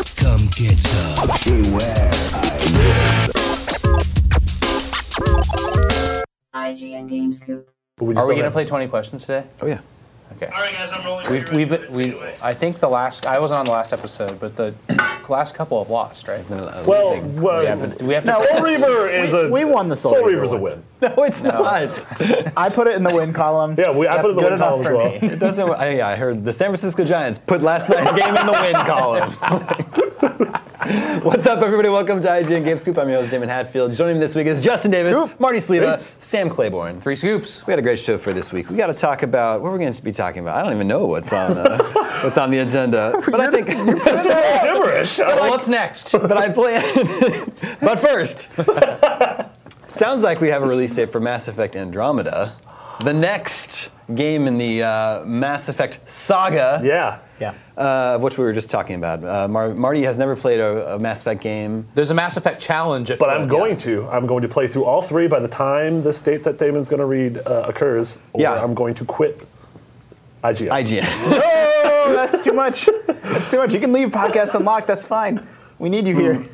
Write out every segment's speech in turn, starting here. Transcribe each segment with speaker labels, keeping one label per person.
Speaker 1: get some. Beware.
Speaker 2: IGN Games Coop.
Speaker 3: Are we going to play 20 questions today?
Speaker 4: Oh yeah.
Speaker 3: Okay.
Speaker 5: All right, guys, I'm rolling.
Speaker 3: We've, we've been, we, I think the last, I wasn't on the last episode, but the last couple have lost, right?
Speaker 6: Well, well
Speaker 3: We have to- we have to-
Speaker 6: now Soul Reaver is a
Speaker 4: we won the Soul
Speaker 6: Soul
Speaker 4: Reaver
Speaker 6: Reaver's a
Speaker 4: one.
Speaker 6: win.
Speaker 4: No, it's not. I put it in the win column.
Speaker 6: Yeah, we, I put
Speaker 4: That's
Speaker 6: it in the
Speaker 4: good
Speaker 6: win
Speaker 4: enough
Speaker 6: column as
Speaker 4: for
Speaker 6: well.
Speaker 4: me.
Speaker 6: It
Speaker 4: It doesn't. I, yeah, I heard the San Francisco Giants put last night's game in the win column. What's up, everybody? Welcome to IGN Game Scoop. I'm your host, Damon Hatfield. Joining me this week is Justin Davis,
Speaker 3: Scoop.
Speaker 4: Marty Sleva,
Speaker 3: Thanks.
Speaker 4: Sam Claiborne.
Speaker 3: Three scoops.
Speaker 4: We got a great show for this week. We got to talk about what we're going to be talking about. I don't even know what's on uh, what's on the agenda, but I think
Speaker 6: all gibberish.
Speaker 3: Well, what's next?
Speaker 4: but I plan. but first, sounds like we have a release date for Mass Effect Andromeda, the next game in the uh, Mass Effect saga,
Speaker 6: yeah.
Speaker 3: Yeah.
Speaker 4: uh, of which we were just talking about. Uh, Mar- Marty has never played a, a Mass Effect game.
Speaker 3: There's a Mass Effect challenge. At
Speaker 6: But I'm going to. I'm going to play through all three by the time this date that Damon's going to read uh, occurs. Or
Speaker 4: Yeah.
Speaker 6: I'm going to quit IGN.
Speaker 4: IGN.
Speaker 7: Oh, that's too much. That's too much. You can leave podcast unlocked. That's fine. We need you
Speaker 6: Hmm.
Speaker 7: here.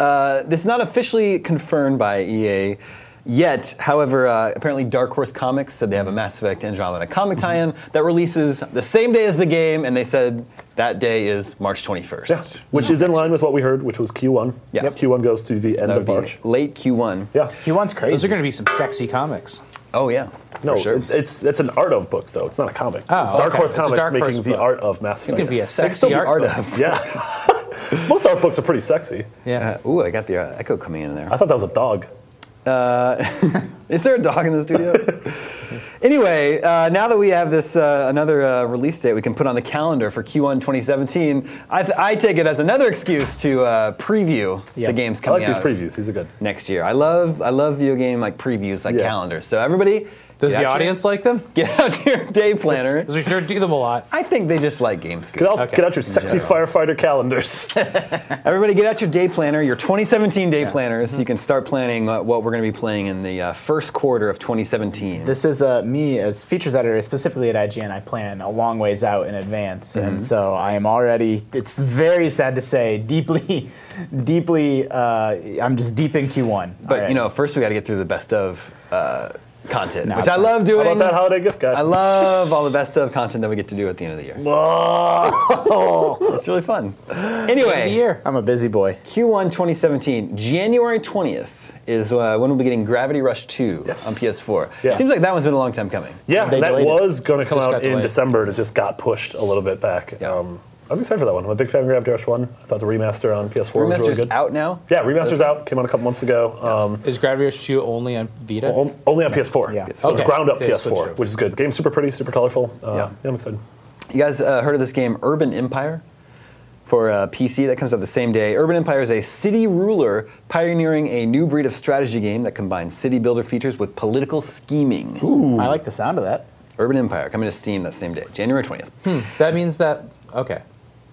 Speaker 4: Uh, this is not officially confirmed by EA. Yet, however, uh, apparently Dark Horse Comics said they have a Mass Effect Andromeda comic tie-in
Speaker 6: Mm-hmm.
Speaker 4: that releases the same day as the game, and they said that day is March 21st.
Speaker 6: Yes. Which is in line with what we heard, which was Q1.
Speaker 4: Yeah. Yep.
Speaker 6: Q1 goes to the end
Speaker 4: That
Speaker 6: of
Speaker 4: would be
Speaker 6: March.
Speaker 4: late Q1.
Speaker 6: Yeah.
Speaker 7: He wants
Speaker 3: Those
Speaker 7: crazy.
Speaker 3: are going to be some sexy comics.
Speaker 4: Oh yeah.
Speaker 6: No,
Speaker 4: for sure.
Speaker 6: it's, it's it's an art of book though. It's not a comic.
Speaker 3: Oh,
Speaker 6: it's Dark
Speaker 3: okay.
Speaker 6: Horse
Speaker 3: It's a
Speaker 6: Comics
Speaker 3: Dark
Speaker 6: making
Speaker 3: Horse
Speaker 6: the
Speaker 3: book.
Speaker 6: art of Mass
Speaker 3: It's
Speaker 6: Effect.
Speaker 3: going to be a
Speaker 4: That could
Speaker 3: sexy
Speaker 4: still be
Speaker 3: art.
Speaker 4: art
Speaker 3: book.
Speaker 4: of.
Speaker 6: yeah. Most art books are pretty sexy.
Speaker 3: Yeah.
Speaker 4: Uh, ooh, I got the uh, echo coming in there.
Speaker 6: I thought that was a dog.
Speaker 4: Is there a dog in the studio? anyway, uh, now that we have this uh, another uh, release date, we can put on the calendar for Q1 2017. I, th- I take it as another excuse to uh, preview
Speaker 7: Yeah.
Speaker 4: the games
Speaker 6: I
Speaker 4: coming
Speaker 6: like these
Speaker 4: out
Speaker 6: previews. These are good.
Speaker 4: next year. I love I love video game like previews like
Speaker 6: Yeah.
Speaker 4: calendars. So everybody,
Speaker 3: Does the
Speaker 4: get out your-
Speaker 3: audience like them?
Speaker 4: get out your day planner?
Speaker 3: Because we sure do them a lot.
Speaker 4: I think they just like game
Speaker 6: Get out,
Speaker 3: Okay.
Speaker 6: get out your sexy
Speaker 4: general.
Speaker 6: firefighter calendars.
Speaker 4: Everybody, get out your day planner, your 2017 day planners.
Speaker 3: Mm-hmm.
Speaker 4: You can start planning uh, what we're going to be playing in the uh, first quarter of 2017.
Speaker 7: This is uh, me as features editor, specifically at IGN. I plan a long ways out in advance,
Speaker 6: Mm-hmm.
Speaker 7: and so I am already. It's very sad to say, deeply, deeply. Uh, I'm just deep in Q1.
Speaker 4: but
Speaker 7: already.
Speaker 4: you know, first we got to get through the best of uh, content,
Speaker 7: No,
Speaker 4: which
Speaker 7: it's
Speaker 4: I
Speaker 7: fine.
Speaker 4: love doing.
Speaker 6: How about that holiday gift guide?
Speaker 4: I love all the best of content that we get to do at the end of the year.
Speaker 7: Whoa.
Speaker 4: It's really fun.
Speaker 3: The
Speaker 4: Anyway,
Speaker 3: year.
Speaker 7: I'm a busy boy.
Speaker 4: Q1 2017, January 20th is uh, when we'll be getting Gravity Rush 2
Speaker 6: Yes.
Speaker 4: on PS4.
Speaker 6: Yeah.
Speaker 4: Seems like that one's been a long time coming.
Speaker 6: yeah,
Speaker 7: They
Speaker 6: that
Speaker 7: delayed it.
Speaker 6: was going to come
Speaker 3: Just
Speaker 6: out
Speaker 3: got
Speaker 6: in
Speaker 3: delayed.
Speaker 6: December. and It just got pushed a little bit back.
Speaker 4: Yeah.
Speaker 6: Um, I'm excited for that one. I'm a big fan of Gravity Rush 1. I thought the remaster on PS4 was really
Speaker 4: Remaster's
Speaker 6: good.
Speaker 4: out now.
Speaker 6: Yeah, remaster's out. Came out a couple months ago. Um,
Speaker 3: Is Gravity Rush 2 only on Vita?
Speaker 6: on- only on PS4.
Speaker 7: Yeah.
Speaker 6: So
Speaker 3: Okay.
Speaker 6: it's ground up
Speaker 3: Okay,
Speaker 6: PS4,
Speaker 3: switched over.
Speaker 6: which is good. Game's super pretty, super colorful. Uh,
Speaker 4: Yeah.
Speaker 6: yeah. I'm excited.
Speaker 4: You guys uh, heard of this game, Urban Empire? For uh, PC, that comes out the same day. Urban Empire is a city ruler pioneering a new breed of strategy game that combines city builder features with political scheming.
Speaker 7: I like the sound of that.
Speaker 4: Urban Empire coming to Steam that same day, January 20th.
Speaker 6: Hmm.
Speaker 3: That means that, okay.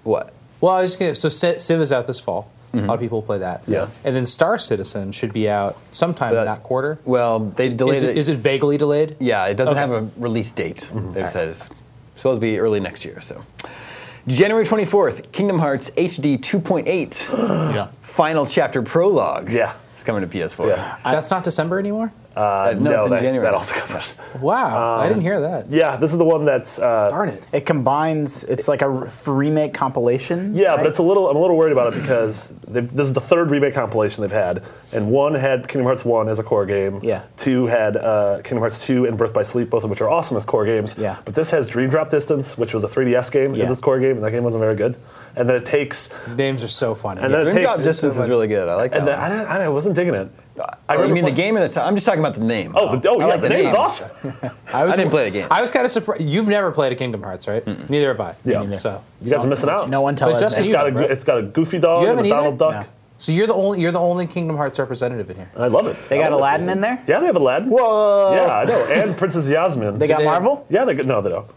Speaker 4: What?
Speaker 3: Well, I was gonna, so Ci- Civ is out this fall. A lot of people will play that.
Speaker 6: Yeah.
Speaker 3: And then Star Citizen should be out sometime
Speaker 4: But-
Speaker 3: in that quarter.
Speaker 4: Well, they delayed
Speaker 3: Is it, is it vaguely delayed?
Speaker 4: Yeah, it doesn't
Speaker 3: Okay.
Speaker 4: have a release date.
Speaker 6: Mm-hmm.
Speaker 4: They've said it's supposed to be early next year, so. January 24th, Kingdom Hearts HD 2.8,
Speaker 3: Yeah.
Speaker 4: Final Chapter Prologue.
Speaker 6: Yeah.
Speaker 4: It's coming to PS4.
Speaker 6: Yeah.
Speaker 3: That's not December anymore?
Speaker 4: Uh, no, it's in
Speaker 6: that,
Speaker 4: January.
Speaker 6: that also got pushed.
Speaker 3: Wow. I didn't hear that.
Speaker 6: Yeah, this is the one that's. Uh,
Speaker 3: Darn it.
Speaker 7: It combines. It's like a re- remake compilation.
Speaker 6: Yeah,
Speaker 7: right?
Speaker 6: but it's a little. I'm a little worried about it because they've- this is the third remake compilation they've had, and one had Kingdom Hearts One as a core game.
Speaker 7: Yeah.
Speaker 6: Two had uh, Kingdom Hearts Two and Birth by Sleep, both of which are awesome as core games.
Speaker 7: Yeah.
Speaker 6: But this has Dream Drop Distance, which was a 3DS game,
Speaker 7: Yeah.
Speaker 6: as its core game, and that game wasn't very good. And then it takes.
Speaker 3: These names are so funny.
Speaker 6: And then it
Speaker 4: Dream Drop
Speaker 6: takes.
Speaker 4: Distance is really good. I like that.
Speaker 6: and then,
Speaker 4: one.
Speaker 6: I, didn't, I wasn't digging it. I
Speaker 4: Oh, you
Speaker 6: remember
Speaker 4: mean the
Speaker 6: playing-
Speaker 4: game or the time? I'm just talking about the name.
Speaker 6: Oh, the, oh
Speaker 4: I
Speaker 6: yeah,
Speaker 4: like
Speaker 6: the, name's awesome.
Speaker 3: I, was,
Speaker 4: I didn't play the game.
Speaker 3: I was kind of surprised. You've never played a Kingdom Hearts, right? Neither have I.
Speaker 6: Yeah. Neither.
Speaker 3: So
Speaker 6: You guys are missing out.
Speaker 7: No one tell
Speaker 3: But
Speaker 7: us.
Speaker 3: Justin,
Speaker 7: man.
Speaker 6: It's got a
Speaker 3: Right.
Speaker 6: it's got a Goofy dog
Speaker 3: You
Speaker 6: and a
Speaker 3: haven't
Speaker 6: Donald
Speaker 3: either?
Speaker 6: Duck.
Speaker 3: so you're the only you're the only Kingdom Hearts representative in here.
Speaker 6: And I love it.
Speaker 7: They
Speaker 6: I
Speaker 7: got
Speaker 6: love this
Speaker 7: Aladdin
Speaker 6: game.
Speaker 7: in there?
Speaker 6: Yeah, they have Aladdin.
Speaker 7: Whoa.
Speaker 6: Yeah, I know. And Princess Yasmin.
Speaker 7: They got
Speaker 3: they-
Speaker 7: Marvel.
Speaker 6: Yeah, they no, they don't.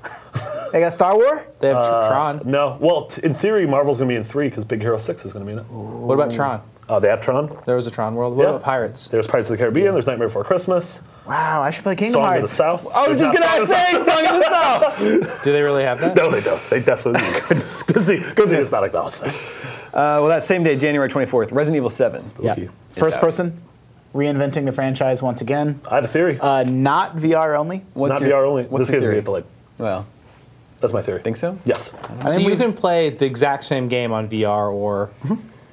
Speaker 7: They got Star War.
Speaker 3: They have Tr- Tron.
Speaker 6: No. Well, t- in theory, Marvel's going to be in three because Big Hero 6 is going to be in it.
Speaker 3: What about Tron?
Speaker 6: Uh, they have Tron.
Speaker 3: There was a Tron world. What
Speaker 6: Yeah.
Speaker 3: about Pirates?
Speaker 6: There's Pirates of the Caribbean. There's Nightmare Before Christmas.
Speaker 7: Wow, I should play Kingdom
Speaker 6: Song of the
Speaker 7: Hearts.
Speaker 6: South.
Speaker 7: I was just gonna say Song of the South.
Speaker 3: Do they really have that?
Speaker 6: No, they don't. They definitely Disney. Disney does not acknowledge that.
Speaker 4: Uh, well, that same day, January 24th, Resident Evil 7.
Speaker 7: Yeah.
Speaker 4: It's
Speaker 7: First
Speaker 4: out.
Speaker 7: person, reinventing the franchise once again.
Speaker 6: I have a theory.
Speaker 7: Uh, not VR only.
Speaker 4: What's
Speaker 6: not
Speaker 4: your-
Speaker 6: VR only.
Speaker 4: what's
Speaker 6: This
Speaker 4: your
Speaker 6: game's going to
Speaker 4: theory?
Speaker 6: get delayed.
Speaker 4: Well,
Speaker 6: That's my theory.
Speaker 4: think so?
Speaker 6: Yes.
Speaker 3: so
Speaker 7: mean,
Speaker 3: you
Speaker 7: we-
Speaker 3: can play the exact same game on VR or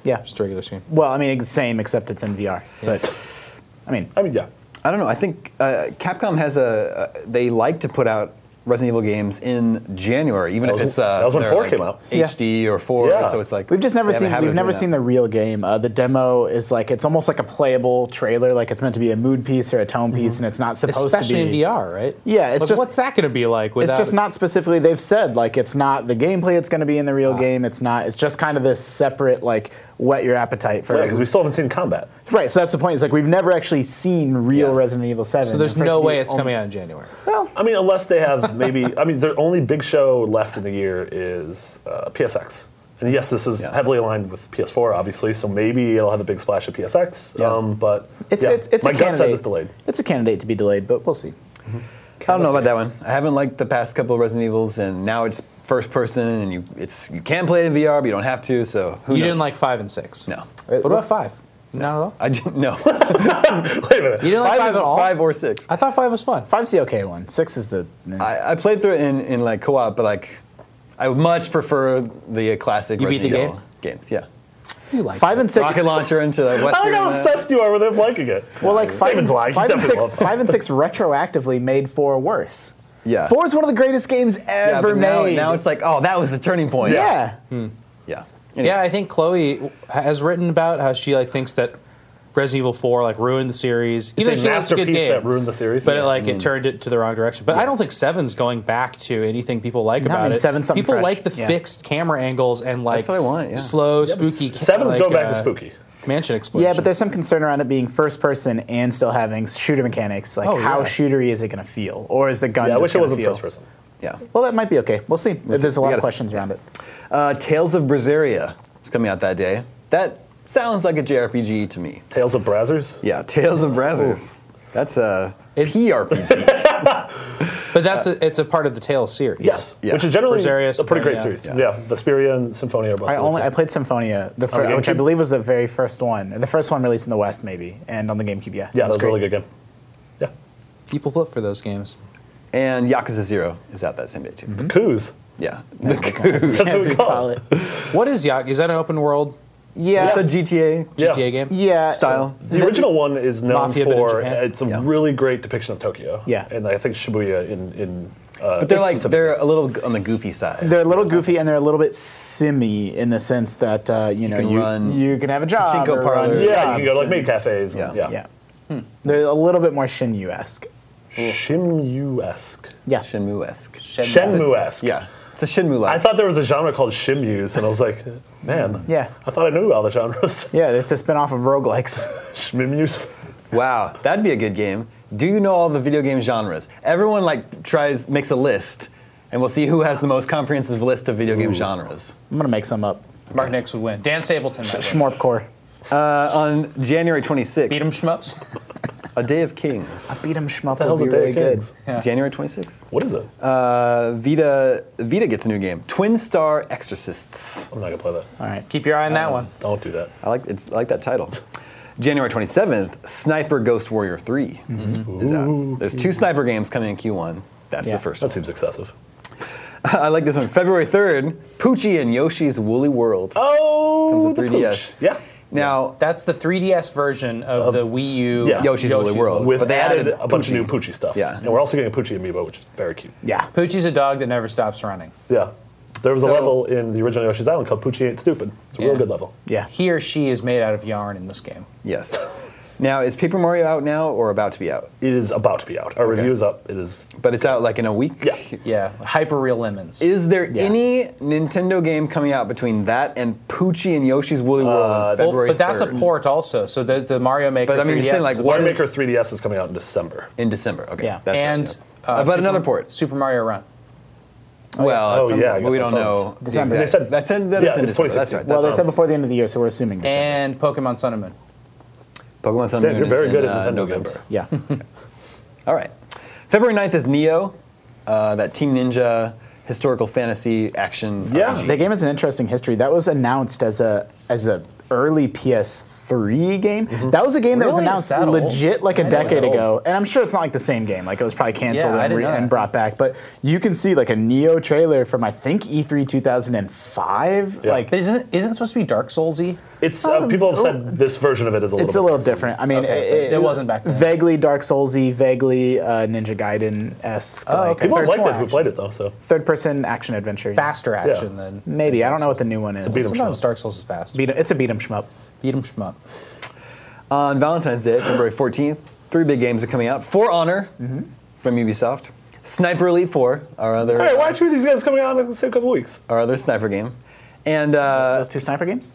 Speaker 7: Yeah.
Speaker 3: just a regular screen.
Speaker 7: Well, I mean, it's same except it's in VR. But I mean,
Speaker 6: I mean, yeah.
Speaker 4: I don't know. I think uh, Capcom has a. Uh, they like to put out Resident Evil games in January, even
Speaker 6: That
Speaker 4: if
Speaker 6: was-
Speaker 4: it's. Uh,
Speaker 6: that was when
Speaker 4: they're,
Speaker 6: 4
Speaker 4: like,
Speaker 6: came out.
Speaker 7: Yeah.
Speaker 4: HD or four.
Speaker 6: Yeah.
Speaker 4: So it's like
Speaker 7: we've just never
Speaker 4: they have a
Speaker 7: seen
Speaker 4: habit
Speaker 7: we've
Speaker 4: of
Speaker 7: never
Speaker 4: doing
Speaker 7: seen
Speaker 4: that.
Speaker 7: the real game. Uh, the demo is like it's almost like a playable trailer. Like it's meant to be a mood piece or a tone piece, and it's not supposed
Speaker 3: Especially
Speaker 7: to
Speaker 3: in
Speaker 7: be.
Speaker 3: VR, right?
Speaker 7: Yeah, it's
Speaker 3: Like,
Speaker 7: just-
Speaker 3: what's that going to be like?
Speaker 7: It's
Speaker 3: Without
Speaker 7: just not specifically. They've said like it's not the gameplay. It's going to be in the real game. It's not. It's just kind of this separate like whet your appetite for.
Speaker 6: Yeah, because we still haven't seen combat.
Speaker 7: right. So that's the point. It's like we've never actually seen real
Speaker 4: Yeah.
Speaker 7: Resident Evil Seven.
Speaker 3: So there's
Speaker 7: and for it
Speaker 3: no
Speaker 7: to be
Speaker 3: way it's
Speaker 7: only-
Speaker 3: coming out in January.
Speaker 6: I mean, unless they have maybe. I mean, their only big show left in the year is uh, PSX. And yes, this is
Speaker 4: Yeah.
Speaker 6: heavily aligned with PS4, obviously. So maybe it'll have a big splash of PSX.
Speaker 4: Yeah.
Speaker 6: Um, but
Speaker 7: It's
Speaker 6: yeah,
Speaker 7: it's it's
Speaker 6: my
Speaker 7: a
Speaker 6: gut
Speaker 7: candidate.
Speaker 6: says it's delayed.
Speaker 7: It's a candidate to be delayed, but we'll see. Uh,
Speaker 4: I don't know about that one. I haven't liked the past couple of Resident Evils, and now it's first person, and you it's you can play it in VR, but you don't have to. So who
Speaker 3: You
Speaker 4: knows?
Speaker 3: didn't like five and six.
Speaker 4: No.
Speaker 3: What about five? Not at all.
Speaker 4: I j- no.
Speaker 6: Wait a minute.
Speaker 3: You didn't like five,
Speaker 4: is
Speaker 3: at all.
Speaker 4: five or six.
Speaker 3: I thought five was fun.
Speaker 7: Five's the okay one. Six is the.
Speaker 4: I, I played through it in, in like co-op, but like I would much prefer the uh, classic
Speaker 3: You beat
Speaker 4: Resident
Speaker 3: the
Speaker 4: Evil games. Yeah,
Speaker 3: You like
Speaker 7: Five and six.
Speaker 4: rocket launcher into the
Speaker 6: I
Speaker 4: Western.
Speaker 6: don't know how
Speaker 4: uh,
Speaker 6: obsessed you are with him liking it.
Speaker 7: Well, like five, and,
Speaker 6: David's lying. He
Speaker 7: five and
Speaker 6: definitely
Speaker 7: six.
Speaker 6: loves it.
Speaker 7: Five and six retroactively made four worse.
Speaker 4: yeah,
Speaker 7: Four is one of the greatest games
Speaker 4: Uh. yeah,
Speaker 7: ever
Speaker 4: but now,
Speaker 7: made.
Speaker 4: now it's like oh that was the turning point.
Speaker 7: yeah.
Speaker 4: yeah.
Speaker 3: Yeah, I think Chloe w- has written about how she like thinks that Resident Evil 4 like ruined the series. Even
Speaker 6: It's
Speaker 3: though
Speaker 6: a
Speaker 3: she was good
Speaker 6: masterpiece
Speaker 3: game,
Speaker 6: that ruined the series.
Speaker 3: But
Speaker 6: Yeah.
Speaker 3: it, like it turned it to the wrong direction. But I don't think Seven's going back to anything people like
Speaker 7: No, I
Speaker 3: about
Speaker 7: mean,
Speaker 3: it.
Speaker 7: Seven's something
Speaker 3: people
Speaker 7: fresh.
Speaker 3: like the
Speaker 7: Yeah.
Speaker 3: fixed camera angles and like
Speaker 4: what I want, yeah.
Speaker 3: slow,
Speaker 6: Yeah, but
Speaker 3: spooky. ca-
Speaker 6: Seven's
Speaker 3: like,
Speaker 6: going back
Speaker 3: uh,
Speaker 6: to spooky.
Speaker 3: mansion explosion.
Speaker 7: Yeah, but there's some concern around it being first person and still having shooter mechanics. Like,
Speaker 3: Oh,
Speaker 7: how
Speaker 3: yeah.
Speaker 7: shootery is it going to feel, or is the gun?
Speaker 6: Yeah, I
Speaker 7: just
Speaker 6: wish it
Speaker 7: gonna
Speaker 6: wasn't
Speaker 7: feel?
Speaker 6: first person.
Speaker 4: yeah.
Speaker 7: Well, that might be okay. We'll see. There's a
Speaker 4: We
Speaker 7: lot of
Speaker 4: gotta see.
Speaker 7: questions around it.
Speaker 4: Uh, Tales of Berseria is coming out that day. That sounds like a JRPG to me.
Speaker 6: Tales of Brazzers.
Speaker 4: Yeah, Tales of Brazzers. That's a
Speaker 3: It's-
Speaker 4: PRPG.
Speaker 3: But that's
Speaker 7: uh,
Speaker 3: a, it's a part of the Tales series.
Speaker 6: Yes,
Speaker 4: Yeah.
Speaker 6: which is generally
Speaker 3: Berseria,
Speaker 6: a pretty great
Speaker 3: Symphonia.
Speaker 6: series. Yeah. Vesperia and Symphonia are both.
Speaker 7: I
Speaker 6: really
Speaker 7: only
Speaker 6: cool.
Speaker 7: I played Symphonia, the fir-
Speaker 6: the
Speaker 7: which I
Speaker 6: GameCube?
Speaker 7: believe was the very first one, the first one released in the West, maybe, and on the GameCube.
Speaker 6: yeah,
Speaker 7: Yeah, It
Speaker 6: that was a
Speaker 7: great.
Speaker 6: really good game. Yeah,
Speaker 3: People flip for those games.
Speaker 4: and Yakuza Zero is out that same day too.
Speaker 6: Mm-hmm. Coos.
Speaker 4: Yeah,
Speaker 6: That's what
Speaker 7: As
Speaker 6: we
Speaker 7: we
Speaker 6: call
Speaker 7: call
Speaker 6: it.
Speaker 7: it.
Speaker 3: What is Yakuza? Is that an open world
Speaker 7: Yeah,
Speaker 4: it's a GTA
Speaker 6: Yeah.
Speaker 3: GTA game?
Speaker 7: yeah
Speaker 4: style.
Speaker 6: The original one is known
Speaker 3: Mafia, but in
Speaker 6: for
Speaker 3: Japan.
Speaker 6: it's a really great depiction of Tokyo.
Speaker 7: Yeah.
Speaker 6: and I think Shibuya in in. Uh,
Speaker 4: But they're
Speaker 6: it's
Speaker 4: like
Speaker 6: some-
Speaker 4: they're a little g- on the goofy side.
Speaker 7: They're a little goofy and they're a little bit simmy in the sense that uh, you, know
Speaker 4: can
Speaker 7: you,
Speaker 4: run
Speaker 7: you can have a job,
Speaker 4: pachinko
Speaker 7: or run
Speaker 4: parlors.
Speaker 6: yeah, you can go to like Hmm.
Speaker 7: jobs
Speaker 6: maid cafes. and-
Speaker 4: Yeah.
Speaker 6: Yeah,
Speaker 7: and- yeah. They're a little bit more Shinyu esque.
Speaker 6: Shimu-esque.
Speaker 7: Yeah,
Speaker 4: Shinmu-esque.
Speaker 6: Shenmue-esque.
Speaker 4: Yeah, it's a Shinmu
Speaker 6: I
Speaker 4: like.
Speaker 6: thought there was a genre called Shimus, and I was like, man.
Speaker 7: Yeah.
Speaker 6: I thought I knew all the genres.
Speaker 7: yeah. It's a spin off of roguelikes.
Speaker 6: Shimus.
Speaker 4: Wow, that'd be a good game. Do you know all the video game genres? Everyone like tries makes a list, and we'll see who has the most comprehensive list of video game genres.
Speaker 7: I'm gonna make some up.
Speaker 3: Mark Nix would win. Dan Stapleton. might win.
Speaker 7: Schmorpcore.
Speaker 4: Uh, on January 26th,
Speaker 3: Beat 'em shmups.
Speaker 4: A Day of Kings.
Speaker 7: Beat 'em shmup
Speaker 6: The
Speaker 7: would
Speaker 6: hell's
Speaker 7: be
Speaker 6: a Day
Speaker 7: really
Speaker 6: of
Speaker 7: good.
Speaker 6: Kings?
Speaker 7: Yeah.
Speaker 4: January 26th.
Speaker 6: What is it?
Speaker 4: Uh, Vita Vita gets a new game. Twin Star Exorcists.
Speaker 6: I'm not gonna play that.
Speaker 7: All right.
Speaker 3: Keep your eye on that one.
Speaker 6: Don't do that.
Speaker 4: I like it's, I like that title. January 27th, Sniper Ghost Warrior 3 is out. There's two sniper games coming in Q1. That's
Speaker 7: Yeah.
Speaker 4: the first
Speaker 6: That
Speaker 4: one.
Speaker 6: seems excessive.
Speaker 4: I like this one. February 3rd, Poochie and Yoshi's Woolly World.
Speaker 6: Oh,
Speaker 4: Comes with 3DS.
Speaker 6: pooch. Yeah.
Speaker 4: Now,
Speaker 3: That's the 3DS version of the Wii U
Speaker 6: yeah.
Speaker 4: Yoshi's Woolly World.
Speaker 6: With
Speaker 4: But they
Speaker 6: added,
Speaker 4: added
Speaker 6: a bunch
Speaker 4: Poochie.
Speaker 6: of new Poochie stuff.
Speaker 4: Yeah.
Speaker 6: And we're also getting a Poochie amiibo, which is very cute.
Speaker 7: Yeah.
Speaker 3: Poochie's a dog that never stops running.
Speaker 6: Yeah. There was
Speaker 4: So-
Speaker 6: a level in the original Yoshi's Island called Poochie Ain't Stupid. It's a
Speaker 3: Yeah.
Speaker 6: real good level.
Speaker 7: Yeah.
Speaker 3: He or she is made out of yarn in this game.
Speaker 4: yes. Now, is Paper Mario out now or about to be out?
Speaker 6: It is about to be out. Our review is up. It is.
Speaker 4: But it's out like in a week.
Speaker 6: Yeah.
Speaker 3: Yeah, hyper real lemons.
Speaker 4: Is there any Nintendo game coming out between that and Poochie and Yoshi's
Speaker 6: Uh,
Speaker 4: Woolly World on
Speaker 3: Well,
Speaker 4: February
Speaker 3: but that's
Speaker 4: 3rd?
Speaker 3: a port also. So the, the Mario Maker
Speaker 4: But I mean,
Speaker 3: 3DS
Speaker 4: you're saying, like,
Speaker 3: is a
Speaker 4: what
Speaker 6: Mario
Speaker 4: is-
Speaker 6: Maker 3DS is coming out in December.
Speaker 4: In December, okay.
Speaker 7: Yeah.
Speaker 4: That's right,
Speaker 3: and uh,
Speaker 4: yeah. About
Speaker 3: Super-
Speaker 4: another port.
Speaker 3: Super Mario Run.
Speaker 4: well,
Speaker 6: uh, Oh,
Speaker 4: at some
Speaker 6: yeah, I guess
Speaker 4: point, but we
Speaker 6: that
Speaker 4: don't know.
Speaker 6: phones.
Speaker 7: December.
Speaker 4: the
Speaker 7: They
Speaker 6: said-
Speaker 4: exact- That's in, that
Speaker 6: Yeah,
Speaker 4: is in
Speaker 6: it's
Speaker 4: December. That's
Speaker 6: 2016.
Speaker 4: right.
Speaker 7: well, they
Speaker 4: that's
Speaker 7: said
Speaker 4: on-
Speaker 7: before the end of the year, so we're assuming December.
Speaker 3: and Pokemon Sun and Moon.
Speaker 4: Pokemon Sun
Speaker 6: Sam,
Speaker 4: and
Speaker 6: you're
Speaker 4: Moon
Speaker 6: very
Speaker 4: is
Speaker 6: good
Speaker 4: in,
Speaker 6: at
Speaker 4: uh,
Speaker 6: Nintendo
Speaker 4: November.
Speaker 6: games.
Speaker 7: yeah.
Speaker 4: All right. February 9th is Neo, uh, that Team Ninja historical fantasy action.
Speaker 6: Yeah.
Speaker 4: RPG.
Speaker 7: The game has an interesting history. That was announced as a as a early PS3 game. That was a game that was
Speaker 3: Mm-hmm. Really? It's
Speaker 7: announced
Speaker 3: that old?
Speaker 7: legit like a
Speaker 3: didn't know it was
Speaker 7: decade
Speaker 3: that old.
Speaker 7: ago, and I'm sure it's not like the same game. Like it was probably canceled
Speaker 3: Yeah, I
Speaker 7: and,
Speaker 3: didn't
Speaker 7: re-
Speaker 3: know
Speaker 7: and
Speaker 3: that.
Speaker 7: brought back. But you can see like a Neo trailer from I think E E3 2005.
Speaker 6: Yeah.
Speaker 7: Like
Speaker 3: But isn't isn't it supposed to be Dark Soulsy?
Speaker 6: It's uh, people have said this version of it is a little.
Speaker 7: Um, oh. it's a
Speaker 6: bit
Speaker 7: little
Speaker 6: dark.
Speaker 7: different. I mean,
Speaker 3: Okay,
Speaker 7: it,
Speaker 3: but it wasn't back then.
Speaker 7: Vaguely Dark Soulsy, vaguely uh, Ninja Gaiden esque.
Speaker 3: Oh, okay.
Speaker 6: People
Speaker 3: There's
Speaker 6: liked
Speaker 3: more
Speaker 6: it who
Speaker 3: action.
Speaker 6: played it though. So
Speaker 7: Third person action adventure.
Speaker 3: Faster action than
Speaker 7: Maybe I don't know what the new one is.
Speaker 6: beat 'em
Speaker 3: Sometimes Dark Souls is fast. Beat,
Speaker 7: Beat 'em- it's a beat 'em shmup.
Speaker 3: beat 'em shmup.
Speaker 4: On Valentine's Day, February 14th, three big games are coming out For Honor
Speaker 6: Mm-hmm.
Speaker 4: from Ubisoft, Sniper Elite 4, our other,
Speaker 6: all right, why are two of these games coming out in the same couple weeks?
Speaker 4: our other sniper game, and, uh,
Speaker 7: Those two sniper games.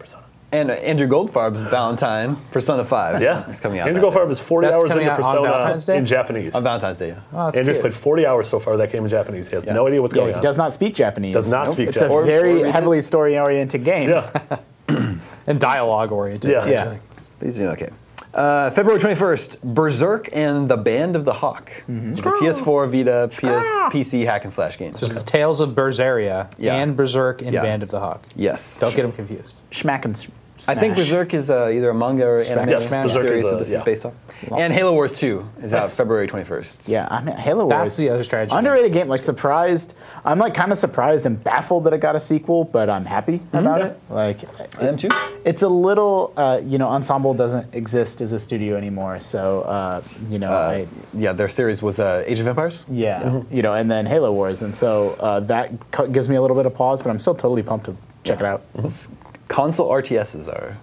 Speaker 4: and Andrew Goldfarb's Valentine, Persona 5.
Speaker 6: Yeah,
Speaker 4: It's coming out.
Speaker 6: Andrew
Speaker 4: that day.
Speaker 6: Goldfarb is 40
Speaker 3: That's
Speaker 6: hours
Speaker 3: coming
Speaker 6: into
Speaker 3: out on Valentine's
Speaker 6: Persona
Speaker 3: Day?
Speaker 6: in Japanese.
Speaker 4: On Valentine's Day, yeah.
Speaker 3: Oh, that's
Speaker 6: Andrew's
Speaker 3: cute.
Speaker 6: played 40 hours so far of that game in Japanese. He has no idea what's
Speaker 7: Yeah,
Speaker 6: going
Speaker 7: he
Speaker 6: on.
Speaker 7: does not speak Japanese.
Speaker 6: Does not speak
Speaker 7: It's
Speaker 6: Japanese.
Speaker 7: a very
Speaker 4: Or- or-
Speaker 7: heavily story-oriented game.
Speaker 6: yeah,
Speaker 3: and dialogue oriented.
Speaker 6: Yeah.
Speaker 7: Yeah.
Speaker 4: He's doing okay. Uh, February 21st, Berserk and the Band of the Hawk.
Speaker 6: Mm-hmm.
Speaker 4: It's a PS4, Vita,
Speaker 6: Ah.
Speaker 4: PS, PC hack and slash game.
Speaker 3: So it's the Tales of Berseria
Speaker 4: Yeah.
Speaker 3: and Berserk and
Speaker 4: Yeah.
Speaker 3: Band of the Hawk.
Speaker 4: Yes.
Speaker 3: Don't get them confused.
Speaker 7: Smack and s-
Speaker 4: I
Speaker 7: smash.
Speaker 4: think Berserk is uh, either a manga or anime
Speaker 7: Yes,
Speaker 4: series
Speaker 6: Berserk is
Speaker 4: that
Speaker 6: a-
Speaker 4: this
Speaker 6: yeah.
Speaker 4: is based on. And Halo Wars 2 is out
Speaker 6: Nice.
Speaker 4: February 21st.
Speaker 7: Yeah, I mean, Halo
Speaker 3: That's
Speaker 7: Wars.
Speaker 3: the other strategy.
Speaker 7: Underrated game. Like surprised. I'm like kind of surprised and baffled that it got a sequel, but I'm happy about it. Like,
Speaker 4: I am too.
Speaker 7: it's a little, uh, you know, Ensemble doesn't exist as a studio anymore, so uh, you know, I,
Speaker 4: Yeah, their series was uh, Age of Empires.
Speaker 7: yeah, you know, and then Halo Wars, and so uh, that co- gives me a little bit of pause, but I'm still totally pumped to check it out.
Speaker 4: It's- Console RTSs are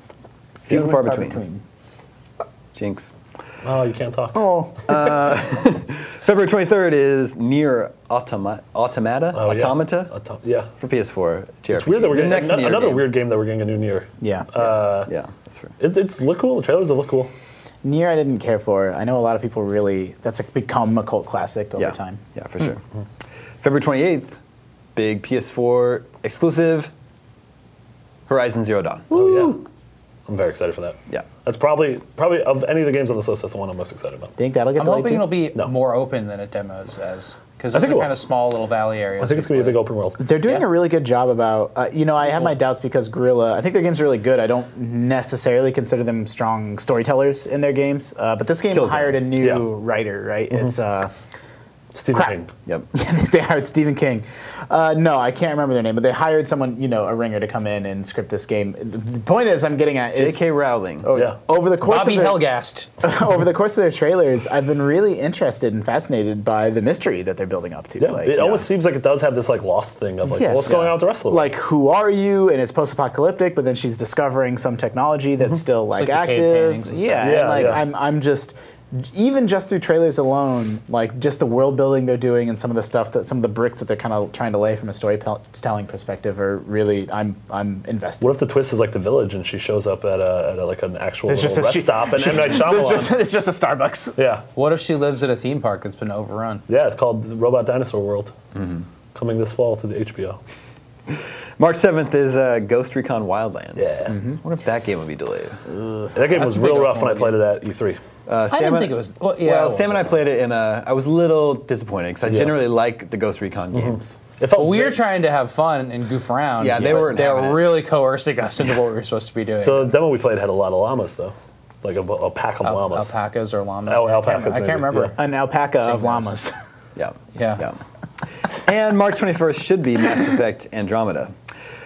Speaker 4: few and far between. Jinx.
Speaker 6: oh, you can't talk.
Speaker 7: Oh,
Speaker 4: February 23rd is Near Automa- Automata,
Speaker 6: Oh, yeah.
Speaker 4: Automata
Speaker 6: Autom- yeah.
Speaker 4: for PS4. JRPG.
Speaker 6: It's weird that we're
Speaker 4: the
Speaker 6: getting
Speaker 4: next
Speaker 6: ano-
Speaker 4: Nier
Speaker 6: another
Speaker 4: game.
Speaker 6: weird game that we're getting a new near.
Speaker 7: yeah.
Speaker 4: Yeah, that's right.
Speaker 6: It, it's look cool. The trailers look cool.
Speaker 7: Nier, I didn't care for. I know a lot of people really. That's like become a cult classic over
Speaker 4: yeah.
Speaker 7: time.
Speaker 4: Yeah, for sure.
Speaker 6: Hmm.
Speaker 4: February 28th, big PS4 exclusive Horizon Zero Dawn.
Speaker 6: Oh yeah, I'm very excited for that.
Speaker 4: Yeah.
Speaker 6: that's probably probably of any of the games on this list, that's the one I'm most excited about.
Speaker 7: Think that'll get
Speaker 3: I'm
Speaker 7: delayed
Speaker 3: hoping
Speaker 7: too?
Speaker 3: it'll be
Speaker 6: No.
Speaker 3: more open than it demos as because
Speaker 6: I
Speaker 3: those
Speaker 6: think
Speaker 3: are
Speaker 6: it will.
Speaker 3: kind of small little valley areas.
Speaker 6: I think it's gonna be a big
Speaker 3: old.
Speaker 6: open world.
Speaker 7: They're doing
Speaker 3: Yeah.
Speaker 7: a really good job about. Uh, you know, I have my doubts because Gorilla. I think their games are really good. I don't necessarily consider them strong storytellers in their games. Uh, but this game
Speaker 4: Killzone. Mm-hmm.
Speaker 7: hired a new
Speaker 6: Yeah.
Speaker 7: writer, right? It's uh,
Speaker 6: Stephen
Speaker 7: Crap.
Speaker 6: King.
Speaker 4: Yep.
Speaker 7: they hired Stephen King. Uh, no, I can't remember their name, but they hired someone, you know, a ringer to come in and script this game. The- The point is, I'm getting at is
Speaker 4: J.K. Rowling. Oh,
Speaker 6: Yeah.
Speaker 7: over the course
Speaker 3: Bobby
Speaker 7: of their,
Speaker 3: Helgast.
Speaker 7: over the course of their trailers, I've been really interested and fascinated by the mystery that they're building up to.
Speaker 6: Yeah,
Speaker 7: like,
Speaker 6: it almost seems like it does have this like lost thing of like,
Speaker 7: Yes.
Speaker 6: well, what's going on with the rest of the world?
Speaker 7: like, who are you? And it's post-apocalyptic, but then she's discovering some technology that's still
Speaker 3: like
Speaker 7: like,
Speaker 3: the cave
Speaker 7: active.
Speaker 3: paintings and stuff.
Speaker 7: Yeah, and,
Speaker 6: Mm-hmm. Yeah,
Speaker 7: like
Speaker 6: yeah.
Speaker 7: I'm, I'm just. Even just through trailers alone, like just the world building they're doing and some of the stuff that some of the bricks that they're kind of trying to lay from a storytelling perspective are really, I'm, I'm invested.
Speaker 6: what if the twist is like the village and she shows up at a, at a like an actual
Speaker 7: There's
Speaker 6: little
Speaker 7: just a
Speaker 6: rest
Speaker 7: she-
Speaker 6: stop and M Night Shyamalan?
Speaker 7: It's just, it's just a Starbucks.
Speaker 6: yeah,
Speaker 3: What if she lives at a theme park that's been overrun?
Speaker 6: yeah, it's called Robot Dinosaur World.
Speaker 7: Mm-hmm.
Speaker 6: Coming this fall to the HBO.
Speaker 4: March 7th is uh, Ghost Recon Wildlands.
Speaker 6: Yeah,
Speaker 4: I wonder if that game would be delayed.
Speaker 6: that game
Speaker 3: That's
Speaker 6: was
Speaker 3: a big
Speaker 6: real
Speaker 3: open
Speaker 6: rough when I
Speaker 3: world
Speaker 6: played it at E E3.
Speaker 4: Uh,
Speaker 3: I
Speaker 4: Sam
Speaker 3: didn't
Speaker 4: and-
Speaker 3: think it was. Well, yeah,
Speaker 4: well,
Speaker 3: it
Speaker 4: Sam and I
Speaker 3: wasn't.
Speaker 4: played it, and uh, I was a little disappointed because I
Speaker 6: Yeah.
Speaker 4: generally like the Ghost
Speaker 3: Mm-hmm.
Speaker 4: Recon games.
Speaker 6: It felt
Speaker 3: But we were
Speaker 6: very-
Speaker 3: trying to have fun and goof around.
Speaker 4: Yeah, they
Speaker 3: but
Speaker 4: weren't
Speaker 3: They
Speaker 4: having it.
Speaker 3: were really coercing us into what we were supposed to be doing.
Speaker 6: The demo we played had a lot of llamas though, like a, a pack of
Speaker 3: Al-
Speaker 6: llamas.
Speaker 3: alpacas or llamas?
Speaker 6: Oh,
Speaker 3: I can't-
Speaker 6: alpacas,
Speaker 3: I can't
Speaker 6: maybe,
Speaker 3: remember.
Speaker 7: An alpaca of
Speaker 3: those.
Speaker 7: llamas.
Speaker 4: Yeah.
Speaker 3: Yeah.
Speaker 4: and March 21st should be Mass Effect Andromeda.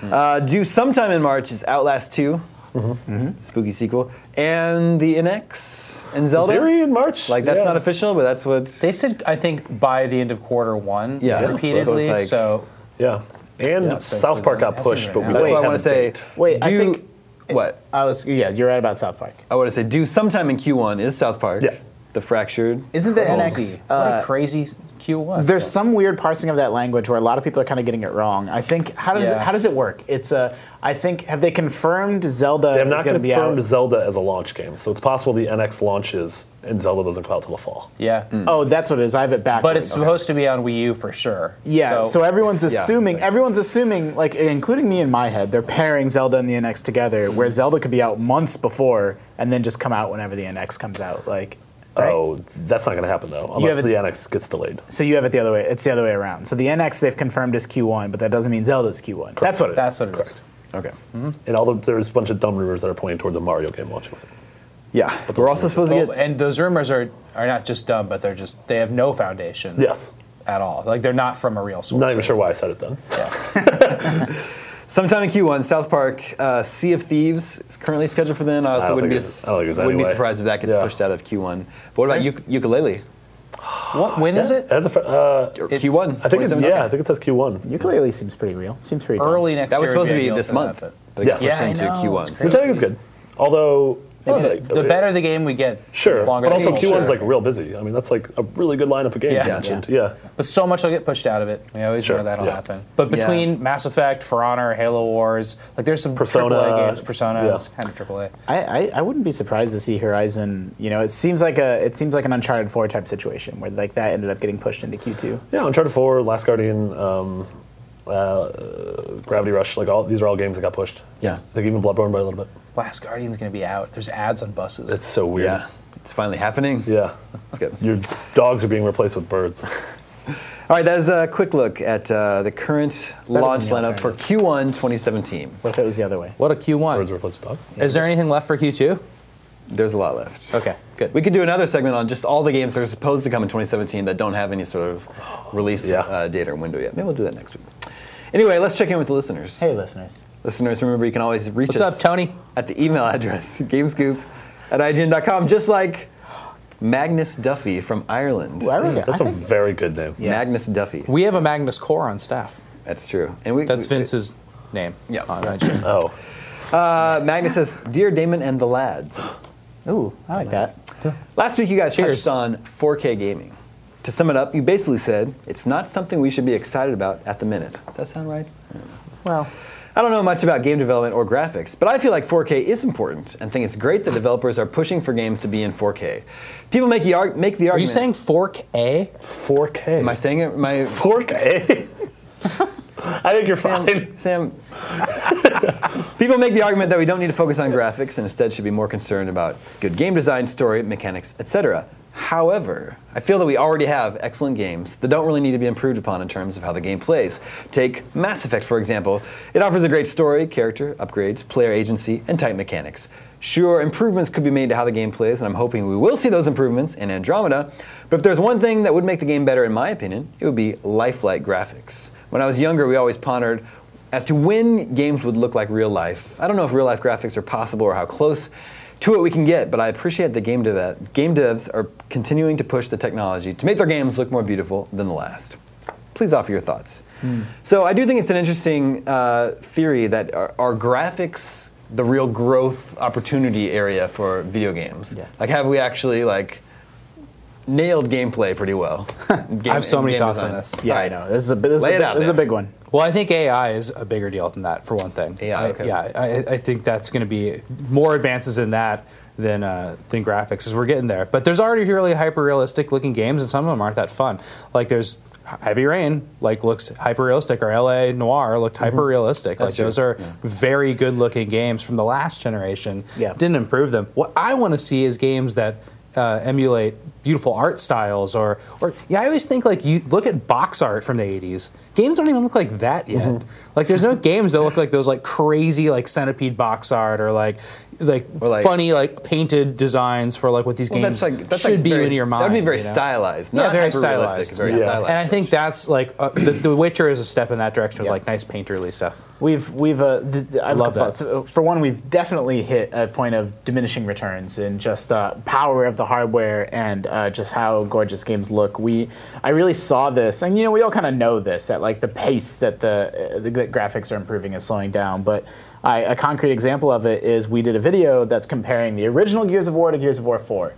Speaker 4: Uh, due sometime in March is Outlast 2,
Speaker 3: Mm-hmm.
Speaker 6: Mm-hmm.
Speaker 4: spooky sequel, and the NX and Zelda.
Speaker 6: Theory in March.
Speaker 4: Like that's
Speaker 6: Yeah.
Speaker 4: not official, but that's what.
Speaker 3: They said, I think, by the end of quarter one,
Speaker 4: Yeah. Yeah, so
Speaker 3: repeatedly.
Speaker 4: it's
Speaker 3: So,
Speaker 4: like-
Speaker 6: Yeah. And
Speaker 3: that's
Speaker 6: South Park
Speaker 3: basically
Speaker 6: got
Speaker 3: it.
Speaker 6: pushed, but we
Speaker 4: that's
Speaker 6: really
Speaker 4: what I
Speaker 6: have
Speaker 4: want
Speaker 6: a
Speaker 4: to say.
Speaker 6: date.
Speaker 7: Wait, I
Speaker 4: due,
Speaker 7: think-
Speaker 4: what
Speaker 7: I was, yeah, you're right about South Park.
Speaker 4: I want to say due sometime in Q1 is South Park.
Speaker 6: Yeah.
Speaker 4: The fractured.
Speaker 7: Isn't the
Speaker 3: Crazy.
Speaker 7: NX?
Speaker 3: what
Speaker 7: Uh,
Speaker 3: a crazy Q what?
Speaker 7: There's some weird parsing of that language where a lot of people are kind of getting it wrong. I think how does
Speaker 4: Yeah.
Speaker 7: it, how does it work? It's a I think have they confirmed Zelda
Speaker 6: They have
Speaker 7: is
Speaker 6: not
Speaker 7: going to be out?
Speaker 6: confirmed Zelda as a launch game, so it's possible the NX launches and Zelda doesn't come out till the fall.
Speaker 3: yeah.
Speaker 4: Hmm.
Speaker 7: oh, that's what it is. I have it backwards.
Speaker 3: But it's supposed to be on Wii U for sure.
Speaker 7: yeah. So, everyone's
Speaker 4: yeah.
Speaker 7: assuming everyone's assuming like including me in my head they're pairing Zelda and the NX together where Zelda could be out months before and then just come out whenever the NX comes out like. Right?
Speaker 6: Oh, that's not going to happen though, unless
Speaker 7: have a-
Speaker 6: the NX gets delayed.
Speaker 7: So you have it the other way. It's the other way around. So the NX they've confirmed is Q1, but that doesn't mean Zelda's Q1. That's what it is.
Speaker 3: that's what it is.
Speaker 4: Okay.
Speaker 3: Hmm.
Speaker 6: And all the, there's a bunch of dumb rumors that are pointing towards a Mario game launching with it.
Speaker 4: Yeah. We're also supposed to
Speaker 3: Oh,
Speaker 4: get.
Speaker 3: and those rumors are, are not just dumb, but they're just they have no foundation
Speaker 6: Yes,
Speaker 3: at all. Like they're not from a real source.
Speaker 6: not even
Speaker 3: or
Speaker 6: sure why I said it then.
Speaker 4: Sometime in Q1, South Park, uh, Sea of Thieves is currently scheduled for then. Uh,
Speaker 6: I
Speaker 4: so
Speaker 6: don't
Speaker 4: wouldn't be,
Speaker 6: think it's- I don't think it's
Speaker 4: wouldn't be
Speaker 6: anyway.
Speaker 4: surprised if that gets
Speaker 6: Yeah.
Speaker 4: pushed out of Q1. But what about
Speaker 3: There's-
Speaker 4: uk- ukulele?
Speaker 3: What when is it?
Speaker 6: As a, fr- uh,
Speaker 4: Q1.
Speaker 6: I think it,
Speaker 4: 27th.
Speaker 6: yeah, I think it says Q1,
Speaker 7: Ukulele seems pretty real. Seems pretty dumb.
Speaker 3: Early next
Speaker 4: That was
Speaker 3: year.
Speaker 4: supposed to
Speaker 3: would
Speaker 4: be
Speaker 3: ideal
Speaker 4: this
Speaker 3: for
Speaker 4: month.
Speaker 3: that,
Speaker 4: but it
Speaker 6: Yes.
Speaker 4: got pushed
Speaker 6: Yeah,
Speaker 3: I
Speaker 4: into
Speaker 3: know,
Speaker 4: Q1.
Speaker 3: it's
Speaker 6: which I think is good. Although
Speaker 3: but-
Speaker 6: it's like-
Speaker 3: the better the game we get,
Speaker 6: Sure,
Speaker 3: the longer.
Speaker 6: but also
Speaker 3: it
Speaker 6: Q1's
Speaker 3: takes.
Speaker 6: like real busy. I mean, that's like a really good lineup of games.
Speaker 3: Yeah.
Speaker 6: you mentioned. yeah.
Speaker 3: But so much will get pushed out of it. We always
Speaker 6: Sure,
Speaker 3: know that'll
Speaker 6: yeah.
Speaker 3: happen. But
Speaker 4: Yeah.
Speaker 3: between Mass Effect, For Honor, Halo Wars, like there's some
Speaker 6: Persona,
Speaker 3: AAA games, Persona is
Speaker 6: yeah.
Speaker 3: kind of AAA.
Speaker 7: I, I, I wouldn't be surprised to see Horizon. You know, it seems like a it seems like an Uncharted Four type situation where like that ended up getting pushed into Q two.
Speaker 6: Yeah, Uncharted 4, Last Guardian, um, uh, Gravity Rush, like all these are all games that got pushed.
Speaker 4: Yeah.
Speaker 6: Like even Bloodborne by a little bit.
Speaker 3: Last Guardian's gonna be out. There's ads on buses.
Speaker 6: It's so weird.
Speaker 4: Yeah. It's finally happening.
Speaker 6: Yeah.
Speaker 4: That's good.
Speaker 6: Your dogs are being replaced with birds.
Speaker 4: All right, that is a quick look at uh, the current launch
Speaker 7: than the
Speaker 4: lineup for Q1 2017.
Speaker 7: What if it was the other way?
Speaker 3: what a
Speaker 6: birds
Speaker 3: Q1.
Speaker 6: are replaced with dogs.
Speaker 3: Is there anything left for Q2?
Speaker 4: There's a lot left.
Speaker 3: Okay, good.
Speaker 4: We could do another segment on just all the games that are supposed to come in 2017 that don't have any sort of release
Speaker 6: Yeah.
Speaker 4: uh, date or window yet. Maybe we'll do that next week. Anyway, let's check in with the listeners.
Speaker 7: Hey, listeners.
Speaker 4: Listeners, remember you can always reach
Speaker 3: What's
Speaker 4: us
Speaker 3: up, Tony?
Speaker 4: at the email address gamescoop at IGN.com, just like Magnus Duffy from Ireland.
Speaker 7: Ooh, I really-
Speaker 6: That's
Speaker 7: I
Speaker 6: a
Speaker 7: think-
Speaker 6: very good name.
Speaker 7: Yeah.
Speaker 4: Magnus Duffy.
Speaker 3: We have a Magnus Core on staff.
Speaker 4: That's true. And we,
Speaker 3: That's
Speaker 4: we-
Speaker 3: Vince's name.
Speaker 4: Yeah.
Speaker 3: On IGN.
Speaker 6: Oh.
Speaker 4: Uh, Magnus says, Dear Damon and the lads.
Speaker 7: Ooh, I like that.
Speaker 4: Last week, you guys
Speaker 3: Cheers.
Speaker 4: touched on 4K gaming. To sum it up, you basically said it's not something we should be excited about at the minute. Does that sound right?
Speaker 7: Well,
Speaker 4: I don't know much about game development or graphics, but I feel like 4K is important and think it's great that developers are pushing for games to be in 4K. People make the, arg- make the
Speaker 3: Are
Speaker 4: argument.
Speaker 3: you saying fork A?
Speaker 6: 4K.
Speaker 4: Am I saying it? My
Speaker 6: 4K? I think you're fine.
Speaker 4: Sam, Sam. People make the argument that we don't need to focus on graphics and instead should be more concerned about good game design, story, mechanics, etc. However, I feel that we already have excellent games that don't really need to be improved upon in terms of how the game plays. Take Mass Effect, for example. It offers a great story, character, upgrades, player agency, and tight mechanics. Sure, improvements could be made to how the game plays, and I'm hoping we will see those improvements in Andromeda. But if there's one thing that would make the game better, in my opinion, it would be lifelike graphics. When I was younger, we always pondered as to when games would look like real life. I don't know if real life graphics are possible or how close to it we can get, but I appreciate the game, dev- game devs are continuing to push the technology to make their games look more beautiful than the last. Please offer your thoughts.
Speaker 7: Hmm.
Speaker 4: So I do think it's an interesting uh, theory that are, are graphics the real growth opportunity area for video games?
Speaker 7: Yeah.
Speaker 4: Like, have we actually like nailed gameplay pretty well? Game-
Speaker 3: I have so
Speaker 4: and
Speaker 3: many
Speaker 4: game
Speaker 3: thoughts on
Speaker 4: design.
Speaker 3: this.
Speaker 7: yeah,
Speaker 4: All
Speaker 7: I
Speaker 4: right.
Speaker 7: know. This is a bi- this, is a,
Speaker 4: Lay it
Speaker 7: big-
Speaker 4: out
Speaker 7: this is a
Speaker 4: there.
Speaker 7: big one.
Speaker 3: Well, I think AI is a bigger deal than that, for one thing.
Speaker 4: AI,
Speaker 3: I-
Speaker 4: okay.
Speaker 3: yeah, I, I think that's going to be more advances in that than uh, than graphics as we're getting there. But there's already really hyper realistic looking games, and some of them aren't that fun. Like there's Heavy Rain, like looks hyper realistic, or LA Noir looked hyper realistic. Like
Speaker 4: Mm-hmm. true.
Speaker 3: those are very good looking games from the last generation.
Speaker 7: Yeah.
Speaker 3: Didn't improve them. What I want to see is games that. Uh, emulate beautiful art styles, or, or yeah, I always think like you look at box art from the '80s. Games don't even look like that yet.
Speaker 4: Mm-hmm.
Speaker 3: Like, there's no games that look like those like crazy like centipede box art, or like like,
Speaker 4: Or, like-
Speaker 3: funny like painted designs for like what these
Speaker 4: Well,
Speaker 3: games
Speaker 4: that's like that's
Speaker 3: should
Speaker 4: like
Speaker 3: be
Speaker 4: very,
Speaker 3: in your mind.
Speaker 4: That would be very
Speaker 3: you know?
Speaker 4: stylized,
Speaker 3: Yeah,
Speaker 4: not
Speaker 3: very
Speaker 4: hyper-realistic,
Speaker 3: stylized.
Speaker 4: Very
Speaker 6: Yeah.
Speaker 4: stylized.
Speaker 3: And I think that's like uh, the, the Witcher is a step in that direction with
Speaker 7: Yeah.
Speaker 3: like nice painterly stuff.
Speaker 7: We've we've uh, th- th- I
Speaker 3: Love that.
Speaker 7: uh, For one, we've definitely hit a point of diminishing returns in just the power of the hardware and uh, just how gorgeous games look. We I really saw this, and you know we all kind of know this that like the pace that the, uh, the that graphics are improving is slowing down, but. I, a concrete example of it is we did a video that's comparing the original Gears of War to Gears of War 4,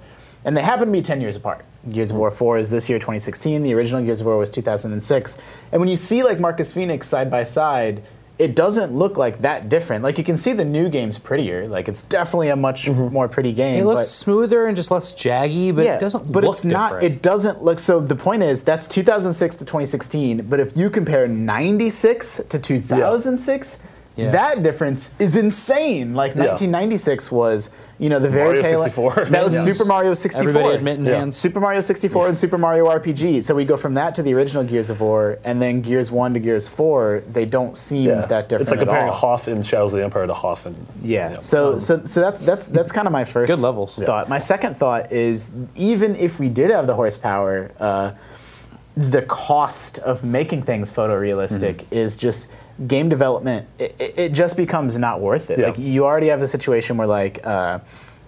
Speaker 7: and they happen to be 10 years apart. Gears of War 4 is this year, 2016. The original Gears of War was 2006. And when you see like Marcus Phoenix side by side, it doesn't look like that different. Like you can see the new game's prettier. Like it's definitely a much more pretty game.
Speaker 3: Mm-hmm. It looks
Speaker 7: but-
Speaker 3: smoother and just less jaggy, but it doesn't
Speaker 7: but
Speaker 3: look
Speaker 7: it's not.
Speaker 3: different.
Speaker 7: It doesn't look. So the point is, that's 2006 to 2016. But if you compare 96 to 2006,
Speaker 3: Yeah.
Speaker 7: that difference is insane. Like 1996 was, you know, the very
Speaker 6: Mario
Speaker 7: tail.
Speaker 6: 64.
Speaker 7: That was
Speaker 6: Yes.
Speaker 7: Super Mario 64.
Speaker 3: Everybody had mitten
Speaker 6: Yeah.
Speaker 3: hands.
Speaker 7: Super Mario 64 and Super Mario RPG. So we go from that to the original Gears of War, and then Gears 1 to Gears 4. They don't seem that different.
Speaker 6: It's like
Speaker 7: at
Speaker 6: comparing
Speaker 7: all.
Speaker 6: Hoth in Shadows of the Empire to Hoth in.
Speaker 7: Yeah. So so so that's that's that's kind of my first
Speaker 3: Good levels.
Speaker 7: thought. My second thought is even if we did have the horsepower, uh, the cost of making things photorealistic is just game development. It, it, it just becomes not worth it.
Speaker 6: Yeah.
Speaker 7: Like you already have a situation where like uh,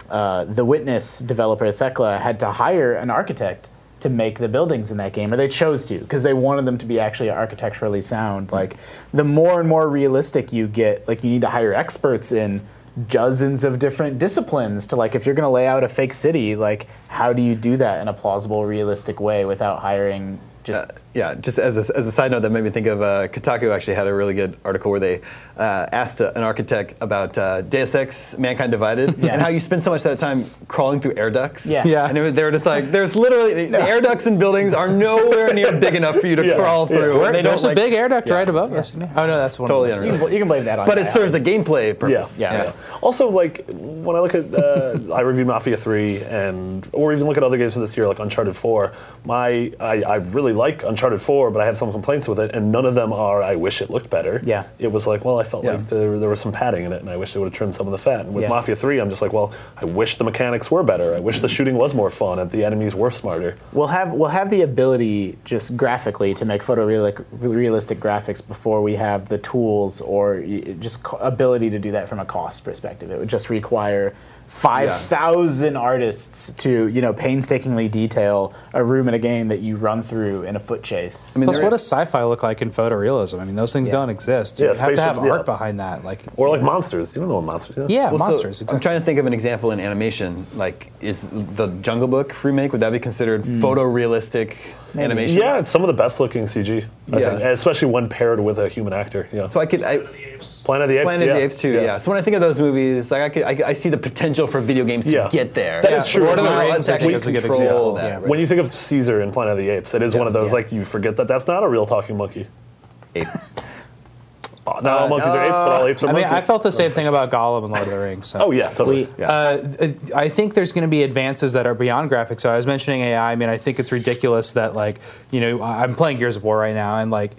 Speaker 7: uh, the Witness developer Thekla had to hire an architect to make the buildings in that game, or they chose to because they wanted them to be actually architecturally sound. Like the more and more realistic you get, like you need to hire experts in dozens of different disciplines to like if you're going to lay out a fake city like how do you do that in a plausible realistic way without hiring just
Speaker 4: yeah, just as a, as a side note, that made me think of uh, Kotaku actually had a really good article where they uh, asked a, an architect about uh, Deus Ex, Mankind Divided,
Speaker 7: Yeah.
Speaker 4: and how you spend so much of that time crawling through air ducts.
Speaker 7: Yeah. Yeah.
Speaker 4: And it was- they were just like, there's literally, the, the air ducts in buildings are nowhere near big enough for you to
Speaker 6: Yeah.
Speaker 4: crawl
Speaker 6: Yeah.
Speaker 4: through. and they
Speaker 3: There's a
Speaker 4: don't, like-
Speaker 3: big air duct right above us. Oh no, that's one.
Speaker 4: Totally
Speaker 3: of
Speaker 7: you
Speaker 4: unrealistic.
Speaker 7: can, you can blame that on
Speaker 4: But it
Speaker 7: that.
Speaker 4: serves a gameplay
Speaker 6: Yeah.
Speaker 4: purpose.
Speaker 7: Yeah.
Speaker 6: Also, like when I look at, uh, I reviewed Mafia Three, and or even look at other games from this year, like Uncharted Four. My, I, I really like Uncharted Four, but I have some complaints with it, and none of them are. I wish it looked better.
Speaker 7: Yeah.
Speaker 6: It was like, well, I felt
Speaker 4: Yeah.
Speaker 6: like there, there was some padding in it, and I wish they would have trimmed some of the fat. And with
Speaker 7: Yeah.
Speaker 6: Mafia Three, I'm just like, well, I wish the mechanics were better. I wish the shooting was more fun, and the enemies were smarter.
Speaker 7: We'll have we'll have the ability just graphically to make photorealistic realistic graphics before we have the tools or y- just co- ability to do that from a cost perspective. It would just require five thousand artists to you know painstakingly detail a room in a game that you run through in a foot chase.
Speaker 4: mean,
Speaker 3: Plus,
Speaker 4: there-
Speaker 3: what does sci-fi look like in photorealism? I mean, those things don't exist.
Speaker 6: Yeah,
Speaker 3: you have to
Speaker 6: spaceships,
Speaker 3: have
Speaker 6: yeah.
Speaker 3: art behind that. Like,
Speaker 6: Or like monsters. You don't know what monsters. do you?
Speaker 3: yeah,
Speaker 4: Well, so
Speaker 3: monsters.
Speaker 4: I'm
Speaker 3: exactly.
Speaker 4: trying to think of an example in animation. Like, is the Jungle Book remake, would that be considered photorealistic animation?
Speaker 6: Hmm. Yeah, it's some of the best looking CG. I
Speaker 4: Yeah.
Speaker 6: think, especially when paired with a human actor. Yeah.
Speaker 4: So I could, I,
Speaker 6: Planet of the Apes.
Speaker 4: Planet
Speaker 6: yeah.
Speaker 4: of the Apes too. Yeah. So when I think of those movies, like I, could, I, could- I see the potential for video games to
Speaker 6: Yeah.
Speaker 4: get there.
Speaker 6: That is Yeah. true.
Speaker 4: Lord of the
Speaker 6: Well,
Speaker 4: Rings
Speaker 6: that's actually
Speaker 4: actually is a
Speaker 3: good
Speaker 4: good example.
Speaker 3: example.
Speaker 4: That,
Speaker 3: Yeah.
Speaker 4: right?
Speaker 6: When you think of Caesar in Planet of the Apes, it is one of those like you forget that that's not a real talking monkey.
Speaker 4: Ape.
Speaker 6: Oh, not all monkeys are apes, but all apes are
Speaker 3: I mean,
Speaker 6: monkeys.
Speaker 3: I felt the same thing about Gollum and Lord of the Rings. So.
Speaker 6: oh yeah, totally.
Speaker 7: We-
Speaker 3: Uh, th- I think there's going to be advances that are beyond graphics. So I was mentioning AI. I mean, I think it's ridiculous that like you know I- I'm playing Gears of War right now, and like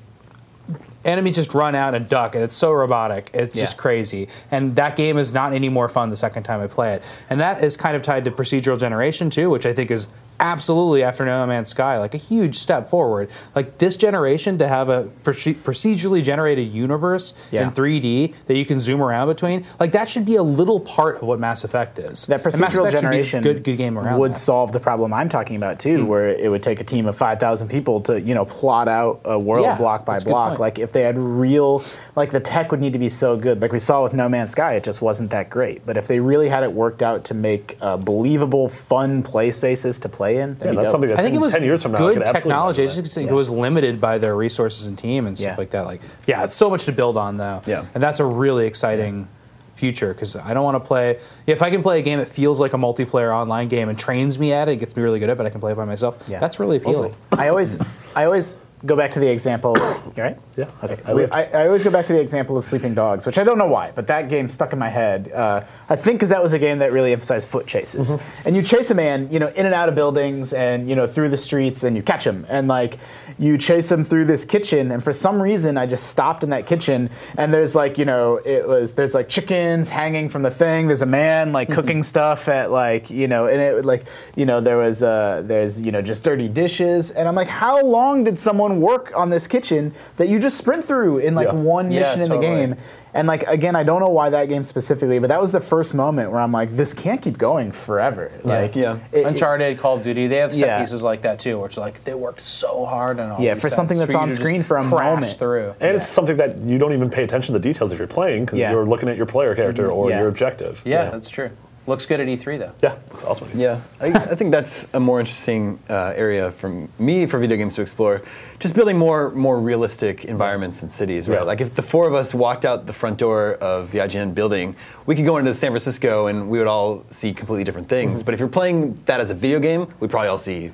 Speaker 3: enemies just run out and duck, and it's so robotic. It's just
Speaker 7: Yeah.
Speaker 3: crazy, and that game is not any more fun the second time I play it. And that is kind of tied to procedural generation too, which I think is absolutely after No Man's Sky like a huge step forward. Like this generation to have a proce- procedurally generated universe
Speaker 7: Yeah.
Speaker 3: in 3D that you can zoom around between, like that should be a little part of what Mass Effect is.
Speaker 7: that
Speaker 3: And Mass
Speaker 7: procedural
Speaker 3: Effect should be
Speaker 7: generation
Speaker 3: good good game around
Speaker 7: would
Speaker 3: that. Hmm.
Speaker 7: solve the problem I'm talking about too, where it would take a team of 5,000 people to you know plot out a world
Speaker 3: Yeah,
Speaker 7: block by
Speaker 3: that's a good
Speaker 7: block.
Speaker 3: point.
Speaker 7: Like if they had real, like the tech would need to be so good. Like we saw with No Man's Sky, it just wasn't that great. But if they really had it worked out to make uh, believable, fun play spaces to play in, that'd
Speaker 6: yeah,
Speaker 7: be
Speaker 6: that's
Speaker 7: dope.
Speaker 6: something that
Speaker 3: I think it was
Speaker 6: ten years from now I
Speaker 3: good
Speaker 6: could absolutely
Speaker 3: technology. I
Speaker 6: imagine
Speaker 3: just think
Speaker 7: Yeah.
Speaker 3: it was limited by their resources and team and stuff
Speaker 7: Yeah.
Speaker 3: like that. Like, yeah, it's so much to build on though.
Speaker 4: Yeah.
Speaker 3: and that's a really exciting future because I don't want to play. If I can play a game that feels like a multiplayer online game and trains me at it, gets me really good at, it, but I can play it by myself.
Speaker 7: Yeah.
Speaker 3: that's really appealing.
Speaker 7: I always, I always go back to the example. You all right?
Speaker 6: Yeah.
Speaker 7: Okay.
Speaker 6: I
Speaker 7: We-
Speaker 6: lived.
Speaker 7: I, I always go back to the example of Sleeping Dogs, which I don't know why, but that game stuck in my head. Uh, I think because that was a game that really emphasized foot chases,
Speaker 3: Mm-hmm.
Speaker 7: and you chase a man, you know, in and out of buildings, and you know, through the streets, and you catch him, and like you chase him through this kitchen, and for some reason, I just stopped in that kitchen, and there's like, you know, it was there's like chickens hanging from the thing, there's a man like cooking stuff at like, you know, and it would, like, you know, there was uh, there's you know just dirty dishes, and I'm like, how long did someone work on this kitchen that you just sprint through in like
Speaker 6: Yeah.
Speaker 7: one
Speaker 4: Yeah,
Speaker 7: mission in the
Speaker 4: totally.
Speaker 7: game? And like again, I don't know why that game specifically, but that was the first moment where I'm like, this can't keep going forever. Like,
Speaker 4: Yeah.
Speaker 7: it-
Speaker 3: Uncharted, Call of Duty, they have set
Speaker 7: Yeah.
Speaker 3: pieces like that too, which like they worked so hard on all.
Speaker 7: Yeah,
Speaker 3: these
Speaker 7: for something
Speaker 3: sets
Speaker 7: that's on
Speaker 3: you to
Speaker 7: screen
Speaker 3: just
Speaker 7: for a
Speaker 3: crash
Speaker 7: moment.
Speaker 3: through.
Speaker 6: And it's something that you don't even pay attention to the details if you're playing because
Speaker 7: Yeah.
Speaker 6: you're looking at your player character or
Speaker 7: Yeah.
Speaker 6: your objective.
Speaker 3: that's true.
Speaker 5: Looks good at
Speaker 3: E
Speaker 5: E3 though.
Speaker 6: Yeah, looks awesome.
Speaker 4: Yeah, I, think- I think that's a more interesting uh, area for me for video games to explore. Just building more more realistic environments and cities, right?
Speaker 6: Yeah.
Speaker 4: Like if the four of us walked out the front door of the IGN building, we could go into San Francisco and we would all see completely different things.
Speaker 6: Mm-hmm.
Speaker 4: But if you're playing that as a video game, we probably all see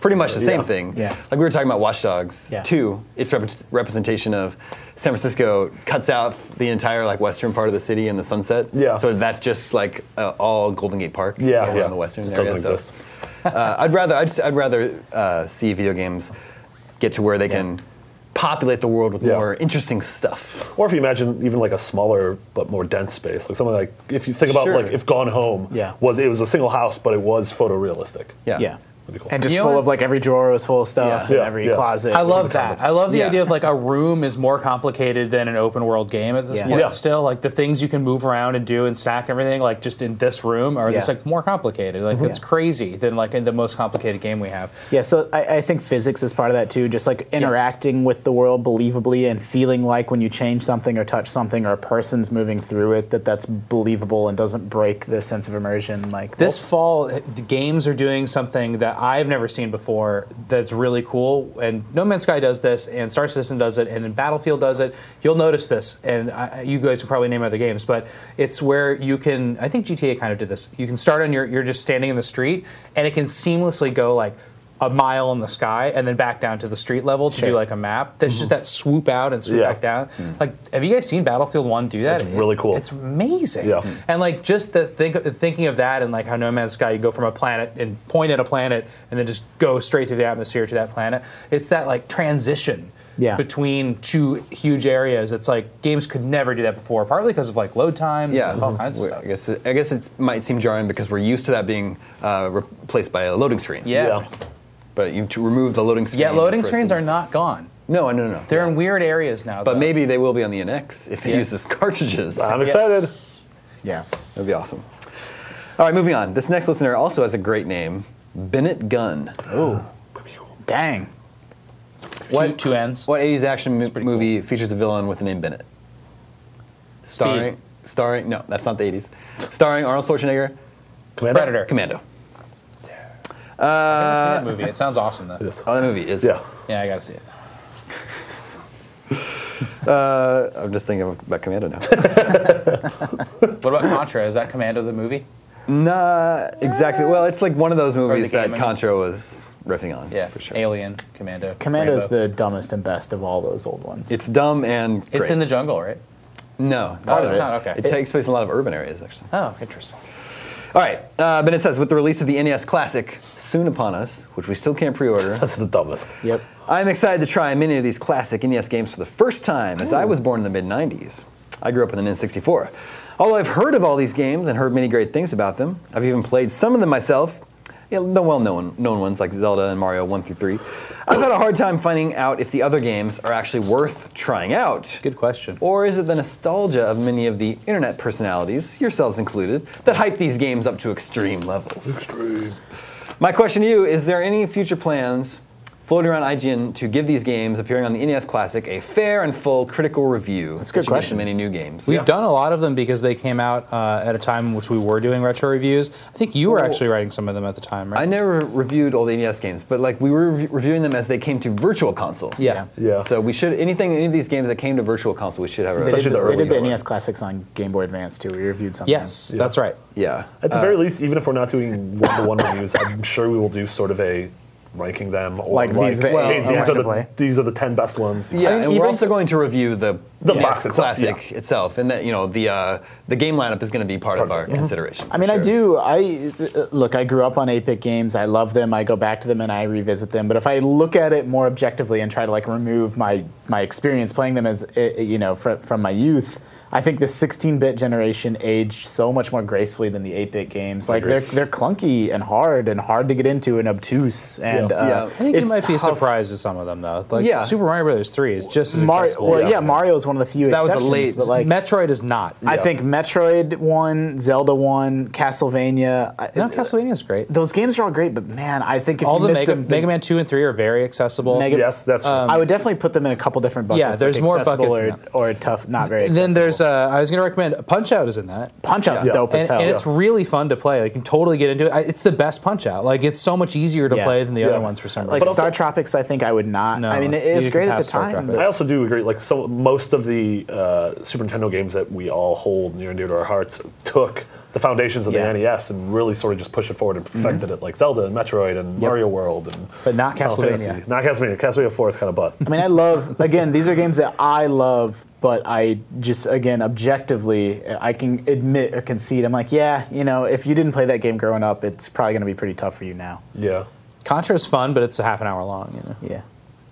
Speaker 4: pretty much the same
Speaker 6: Yeah.
Speaker 4: thing.
Speaker 7: Yeah.
Speaker 4: Like we were talking about Watch Dogs
Speaker 7: Yeah.
Speaker 4: 2, its rep- representation of San Francisco cuts out the entire like western part of the city and the sunset.
Speaker 6: Yeah.
Speaker 4: So that's just like uh, all Golden Gate Park
Speaker 6: Yeah,
Speaker 4: over
Speaker 6: yeah.
Speaker 4: on the western
Speaker 6: Just
Speaker 4: area,
Speaker 6: doesn't
Speaker 4: so-
Speaker 6: exist.
Speaker 4: Uh, I'd rather I'd, just- I'd rather uh, see video games get to where they can populate the world with
Speaker 6: Yeah.
Speaker 4: more interesting stuff.
Speaker 6: Or if you imagine even like a smaller but more dense space, like something like if you think about
Speaker 4: Sure.
Speaker 6: like if Gone Home
Speaker 7: Yeah.
Speaker 6: was it was a single house but it was photorealistic.
Speaker 4: Yeah.
Speaker 7: yeah.
Speaker 6: That'd be cool.
Speaker 7: And just
Speaker 5: You know
Speaker 7: full
Speaker 5: what?
Speaker 7: of like every drawer was full of stuff,
Speaker 4: Yeah.
Speaker 7: and
Speaker 6: Yeah,
Speaker 7: every
Speaker 6: yeah.
Speaker 7: closet.
Speaker 3: I
Speaker 7: was
Speaker 3: love
Speaker 7: a
Speaker 3: that.
Speaker 7: cupboard.
Speaker 3: I love the
Speaker 4: Yeah.
Speaker 3: idea of like a room is more complicated than an open world game at this
Speaker 7: Yeah.
Speaker 3: point.
Speaker 6: Yeah.
Speaker 3: Still, like the things you can move around and do and stack and everything, like just in this room, are just
Speaker 7: Yeah. Mm-hmm.
Speaker 3: like more complicated. Like it's crazy than like in the most complicated game we have.
Speaker 7: Yeah, so I, I think physics is part of that too. Just like interacting with the world believably and feeling like when you change something or touch something or a person's moving through it, that that's believable and doesn't break the sense of immersion. Like
Speaker 3: This fall, eh, the games are doing something that I've never seen before. That's really cool. And No Man's Sky does this, and Star Citizen does it, and then Battlefield does it. You'll notice this, and I, you guys will probably name other games, but it's where you can. I think GTA kind of did this. You can start on your. You're just standing in the street, and it can seamlessly go like a mile in the sky and then back down to the street level to do like a map. That's just that swoop out and swoop
Speaker 6: Mm-hmm. Yeah. Mm.
Speaker 3: back down. Like, have you guys seen Battlefield One do that?
Speaker 6: It's really cool.
Speaker 3: It's amazing.
Speaker 6: Yeah.
Speaker 3: And like just the think, thinking of that and like how No Man's Sky, you go from a planet and point at a planet and then just go straight through the atmosphere to that planet. It's that like transition
Speaker 7: Yeah.
Speaker 3: between two huge areas. It's like games could never do that before, partly because of like load times
Speaker 4: Yeah,
Speaker 3: and all kinds of
Speaker 4: We're-
Speaker 3: stuff.
Speaker 4: I guess it, I guess it might seem jarring because we're used to that being uh, replaced by a loading screen.
Speaker 3: Yeah.
Speaker 6: Yeah.
Speaker 4: But you to remove the loading screen.
Speaker 3: Yet loading
Speaker 4: for
Speaker 3: screens are
Speaker 4: instance-
Speaker 3: not gone.
Speaker 4: No, no, no. no.
Speaker 3: They're in weird areas now.
Speaker 4: but
Speaker 3: though.
Speaker 4: maybe they will be on the NX if it uses cartridges.
Speaker 6: I'm excited.
Speaker 7: yes,
Speaker 4: That'd be awesome. All right, moving on. This next listener also has a great name, Bennett Gunn.
Speaker 7: dang.
Speaker 3: two, two ends.
Speaker 4: What 80s action mo-
Speaker 3: pretty
Speaker 4: movie features a villain with the name Bennett? Starring, starring. No, that's not the 80s. Starring Arnold Schwarzenegger,
Speaker 6: Commander?
Speaker 3: Predator.
Speaker 4: Commando.
Speaker 3: I've
Speaker 4: uh,
Speaker 3: never seen that movie. It sounds awesome though.
Speaker 6: Yes.
Speaker 4: Oh, that movie is.
Speaker 6: Yeah.
Speaker 3: Yeah, I gotta see it.
Speaker 4: Uh, I'm just thinking about Commando now.
Speaker 3: What about Contra? Is that Commando the movie?
Speaker 4: nah, exactly. Well, it's like one of those movies
Speaker 3: game, I
Speaker 4: that
Speaker 3: mean.
Speaker 4: Contra was riffing on.
Speaker 3: Yeah,
Speaker 4: for sure.
Speaker 3: Alien, Commando.
Speaker 7: Commando's
Speaker 3: Rambo.
Speaker 7: the dumbest and best of all those old ones.
Speaker 4: It's dumb and. Great.
Speaker 3: It's in the jungle, right?
Speaker 4: No,
Speaker 3: Oh,
Speaker 4: of
Speaker 3: it's
Speaker 4: it.
Speaker 3: not, okay.
Speaker 4: It, takes place in a lot of urban areas, actually.
Speaker 3: Oh, interesting.
Speaker 4: All right, uh, Bennett says with the release of the NES Classic soon upon us, which we still can't pre-order.
Speaker 6: That's the dumbest.
Speaker 7: yep.
Speaker 4: I'm excited to try many of these classic NES games for the first time, as I was born in the mid 90s. I grew up with an N64. Although I've heard of all these games and heard many great things about them, I've even played some of them myself, you know, the well known known ones like Zelda and Mario 1 through 3. I've had a hard time finding out if the other games are actually worth trying out.
Speaker 3: Good question.
Speaker 4: Or is it the nostalgia of many of the internet personalities, yourselves included, that hype these games up to extreme levels? My question to you is there any future plans floating around IGN to give these games appearing on the NES Classic a fair and full critical review? That's
Speaker 7: a good question.
Speaker 4: Many new games.
Speaker 3: We've done a lot of them because they came out uh, at a time in which we were doing retro reviews. I think you were
Speaker 4: Well-
Speaker 3: actually writing some of them at the time,
Speaker 4: I
Speaker 3: right?
Speaker 4: never reviewed all the NES games, but like we were re- reviewing them as they came to Virtual Console.
Speaker 3: yeah.
Speaker 6: Yeah.
Speaker 4: So we should anything any of these games that came to Virtual Console, we should have.
Speaker 7: They
Speaker 4: A,
Speaker 7: did,
Speaker 6: Especially
Speaker 7: the,
Speaker 6: the
Speaker 7: they
Speaker 6: early
Speaker 7: did the E
Speaker 6: one.
Speaker 7: NES classics on Game Boy Advance too. We reviewed something.
Speaker 3: Yes, that's right.
Speaker 4: yeah.
Speaker 6: At the very least, even if we're not doing one-to-one reviews, I'm sure we will do sort of a ranking them or
Speaker 7: Like these that-
Speaker 4: Well,
Speaker 6: hey, these, are
Speaker 7: randomly.
Speaker 6: the, these are the ten best ones.
Speaker 4: Yeah,
Speaker 3: I mean,
Speaker 4: and
Speaker 3: even-
Speaker 4: we're also going to review the
Speaker 6: The
Speaker 4: NES
Speaker 6: box itself,
Speaker 4: classic itself, and that you know the uh, the game lineup is going to be part, of our consideration.
Speaker 7: Mm-hmm. I mean, I do. I uh, look. I grew up on 8-bit games. I love them. I go back to them and I revisit them. But if I look at it more objectively and try to like remove my my experience playing them as uh, uh, you know from, from my youth, I think the 16-bit generation aged so much more gracefully than the 8-bit games. Like they're they're clunky and hard and hard to get into and obtuse and
Speaker 6: Yeah.
Speaker 7: Uh,
Speaker 4: Yeah. I
Speaker 3: I think
Speaker 7: it's
Speaker 3: you might be
Speaker 7: tough.
Speaker 3: surprised at some of them, though. Like
Speaker 4: Yeah.
Speaker 3: Super Mario Brothers 3 is just as
Speaker 7: Mario,
Speaker 3: accessible.
Speaker 7: well, yeah, Mario is one of the few.
Speaker 4: That was a
Speaker 7: exceptions,
Speaker 4: late-
Speaker 7: but, like,
Speaker 3: Metroid is not.
Speaker 7: I think Metroid one, Zelda one, Castlevania. I-
Speaker 3: no, Castlevania is great.
Speaker 7: those games are all great, but man, I think if
Speaker 3: All
Speaker 7: you
Speaker 3: the
Speaker 7: missed
Speaker 3: Mega,
Speaker 7: them,
Speaker 3: Mega Man 2 and 3 are very accessible.
Speaker 7: Mega-
Speaker 6: Yes, that's
Speaker 7: Um, I would definitely put them in a couple different buckets.
Speaker 3: Yeah, there's
Speaker 7: like
Speaker 3: more
Speaker 7: accessible
Speaker 3: buckets
Speaker 7: or, or tough, not very.
Speaker 3: And then there's was uh, I was going to recommend Punch Out is in that.
Speaker 7: Punch Out's
Speaker 6: Yeah.
Speaker 7: dope as
Speaker 3: and,
Speaker 7: hell.
Speaker 3: and it's really fun to play. Like, you can totally get into it. I- It's the best Punch Out. Like, it's so much easier to
Speaker 7: Yeah.
Speaker 3: play than the
Speaker 6: Yeah.
Speaker 3: other ones for some
Speaker 7: like
Speaker 3: reason.
Speaker 6: But also-
Speaker 7: Star Tropics, I think I would not.
Speaker 3: No,
Speaker 7: I mean, it-
Speaker 3: you
Speaker 7: it's
Speaker 3: can
Speaker 7: great at the
Speaker 3: pass Star
Speaker 7: time.
Speaker 3: Tropics.
Speaker 7: but-
Speaker 6: I also do agree. Like so, most of the uh, Super Nintendo games that we all hold near and dear to our hearts took the foundations of
Speaker 7: Yeah.
Speaker 6: the NES and really sort of just pushed it forward and perfected it, like Zelda and Metroid and Mario World and
Speaker 3: But not
Speaker 6: Final
Speaker 3: Castlevania.
Speaker 6: Fantasy. Not Castlevania. Castlevania Four is kind of butt.
Speaker 7: I mean, I love again. These are games that I love, but I just again objectively, I can admit or concede. I'm like, yeah, you know, if you didn't play that game growing up, it's probably going to be pretty tough for you now.
Speaker 6: yeah.
Speaker 3: Contra is fun, but it's a half an hour long. You know,
Speaker 7: Yeah.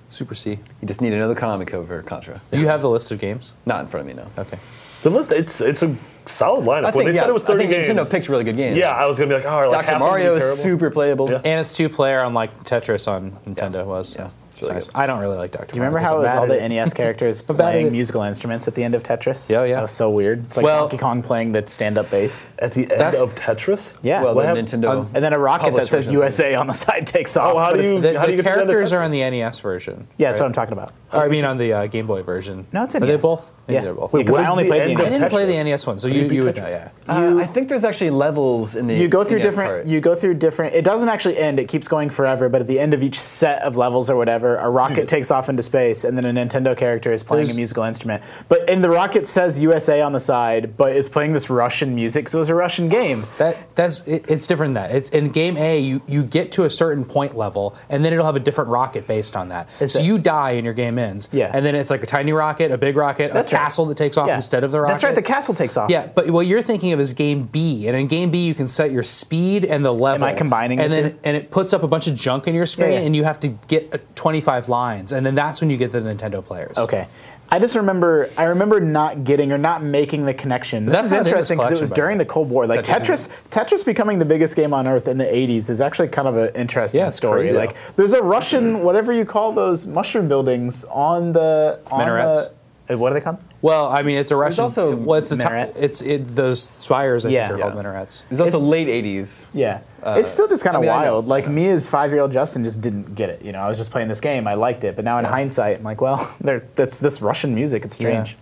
Speaker 3: Super C.
Speaker 4: You just need another comic over Contra.
Speaker 3: Do you have the list of games?
Speaker 4: Not in front of me, no.
Speaker 3: Okay.
Speaker 6: The list. It's it's a solid lineup.
Speaker 4: I
Speaker 6: when
Speaker 4: think,
Speaker 6: they
Speaker 4: yeah,
Speaker 6: said it was
Speaker 4: I
Speaker 6: thirty
Speaker 4: think Nintendo
Speaker 6: games-
Speaker 4: picked really good games.
Speaker 6: Yeah, I was gonna be like, oh, like half
Speaker 4: Dr.
Speaker 6: of them
Speaker 4: Mario
Speaker 6: are
Speaker 4: is
Speaker 6: terrible.
Speaker 4: super playable.
Speaker 6: Yeah.
Speaker 3: And it's two player, unlike Tetris on Nintendo was. So
Speaker 4: Yeah, it's
Speaker 3: it's
Speaker 4: really
Speaker 3: nice.
Speaker 4: good.
Speaker 3: I don't really like Doctor.
Speaker 7: Do you remember how it was all the NES characters playing
Speaker 3: it-
Speaker 7: musical instruments at the end of Tetris?
Speaker 3: Yeah, yeah.
Speaker 7: That was so weird. It's like
Speaker 3: Well-
Speaker 7: Donkey Kong playing the stand-up bass,
Speaker 6: at the end
Speaker 3: That's-
Speaker 6: of Tetris.
Speaker 7: Yeah.
Speaker 4: Well,
Speaker 6: What
Speaker 4: the
Speaker 6: happened?
Speaker 4: Nintendo.
Speaker 7: um, and then a rocket that
Speaker 4: Published
Speaker 7: says
Speaker 4: version.
Speaker 7: USA on the side takes off.
Speaker 6: Oh, how
Speaker 7: but
Speaker 6: do
Speaker 7: it's-
Speaker 6: you?
Speaker 3: The,
Speaker 6: how do
Speaker 3: the
Speaker 6: you get to the end of
Speaker 3: characters
Speaker 6: Tetris?
Speaker 3: are on the NES version.
Speaker 7: Yeah, that's
Speaker 3: right?
Speaker 7: what I'm talking about.
Speaker 3: Or, I mean, on the uh, Game Boy version.
Speaker 7: No, it's E
Speaker 3: Are they
Speaker 7: NES.
Speaker 3: both? Maybe
Speaker 7: Yeah.
Speaker 3: they're both.
Speaker 7: Wait,
Speaker 3: Okay.
Speaker 7: because
Speaker 6: what
Speaker 7: I
Speaker 6: is
Speaker 7: only
Speaker 6: the
Speaker 7: played the
Speaker 6: end
Speaker 7: NES.
Speaker 6: of
Speaker 3: I didn't play the
Speaker 6: Tetris?
Speaker 3: NES one, so
Speaker 6: you
Speaker 3: you,
Speaker 6: beat
Speaker 3: you would
Speaker 6: Tetris?
Speaker 3: know. Yeah.
Speaker 4: Uh, I think there's actually levels in the
Speaker 7: you go through
Speaker 4: NES
Speaker 7: different
Speaker 4: part.
Speaker 7: you go through different it doesn't actually end it keeps going forever but at the end of each set of levels or whatever a rocket takes off into space and then a nintendo character is playing
Speaker 3: There's-
Speaker 7: a musical instrument but and the rocket says usa on the side but it's playing this russian music so it's a russian game
Speaker 3: That that's it, it's different than that. It's in game A, you, you get to a certain point level, and then it'll have a different rocket based on that.
Speaker 7: It's
Speaker 3: so
Speaker 7: a-
Speaker 3: you die and your game ends.
Speaker 7: Yeah.
Speaker 3: And then it's like a tiny rocket, a big rocket,
Speaker 7: That's
Speaker 3: a
Speaker 7: right.
Speaker 3: castle that takes off
Speaker 7: Yeah.
Speaker 3: instead of the rocket.
Speaker 7: that's right the castle takes off
Speaker 3: Yeah, but what you're thinking of is game B, and in game B you can set your speed and the level.
Speaker 7: I combining
Speaker 3: And
Speaker 7: the
Speaker 3: then
Speaker 7: two?
Speaker 3: and it puts up a bunch of junk in your screen,
Speaker 7: yeah.
Speaker 3: and you have to get uh, 25 lines, and then that's when you get the Nintendo players.
Speaker 7: okay I just remember I remember not getting or not making the connection. This
Speaker 3: That's
Speaker 7: is
Speaker 3: not in this
Speaker 7: interesting because it
Speaker 3: collection,
Speaker 7: was
Speaker 3: by the
Speaker 7: during
Speaker 3: way.
Speaker 7: the Cold War. Like
Speaker 4: Tetris
Speaker 7: Tetris, Tetris becoming the biggest game on Earth in the '80s is actually kind of an interesting
Speaker 3: Yeah, it's
Speaker 7: story.
Speaker 3: crazy.
Speaker 7: Like there's a Russian, whatever you call those mushroom buildings on the on
Speaker 3: Minarets?
Speaker 7: the- uh, what are they called?
Speaker 3: Well, I mean, it's a Russian.
Speaker 4: also
Speaker 3: well, it's the top-
Speaker 7: minaret.
Speaker 3: It's it, those spires. I
Speaker 7: Yeah.
Speaker 3: think are
Speaker 7: Yeah.
Speaker 3: called minarets.
Speaker 4: It was also late 80s.
Speaker 7: Yeah, it's still just kind
Speaker 4: Uh, I
Speaker 7: of
Speaker 4: mean, I know,
Speaker 7: wild.
Speaker 4: I
Speaker 7: like me as five-year-old Justin just didn't get it. You know, I was just playing this game. I liked it, but now in hindsight, I'm like, well, there, that's this Russian music. It's strange.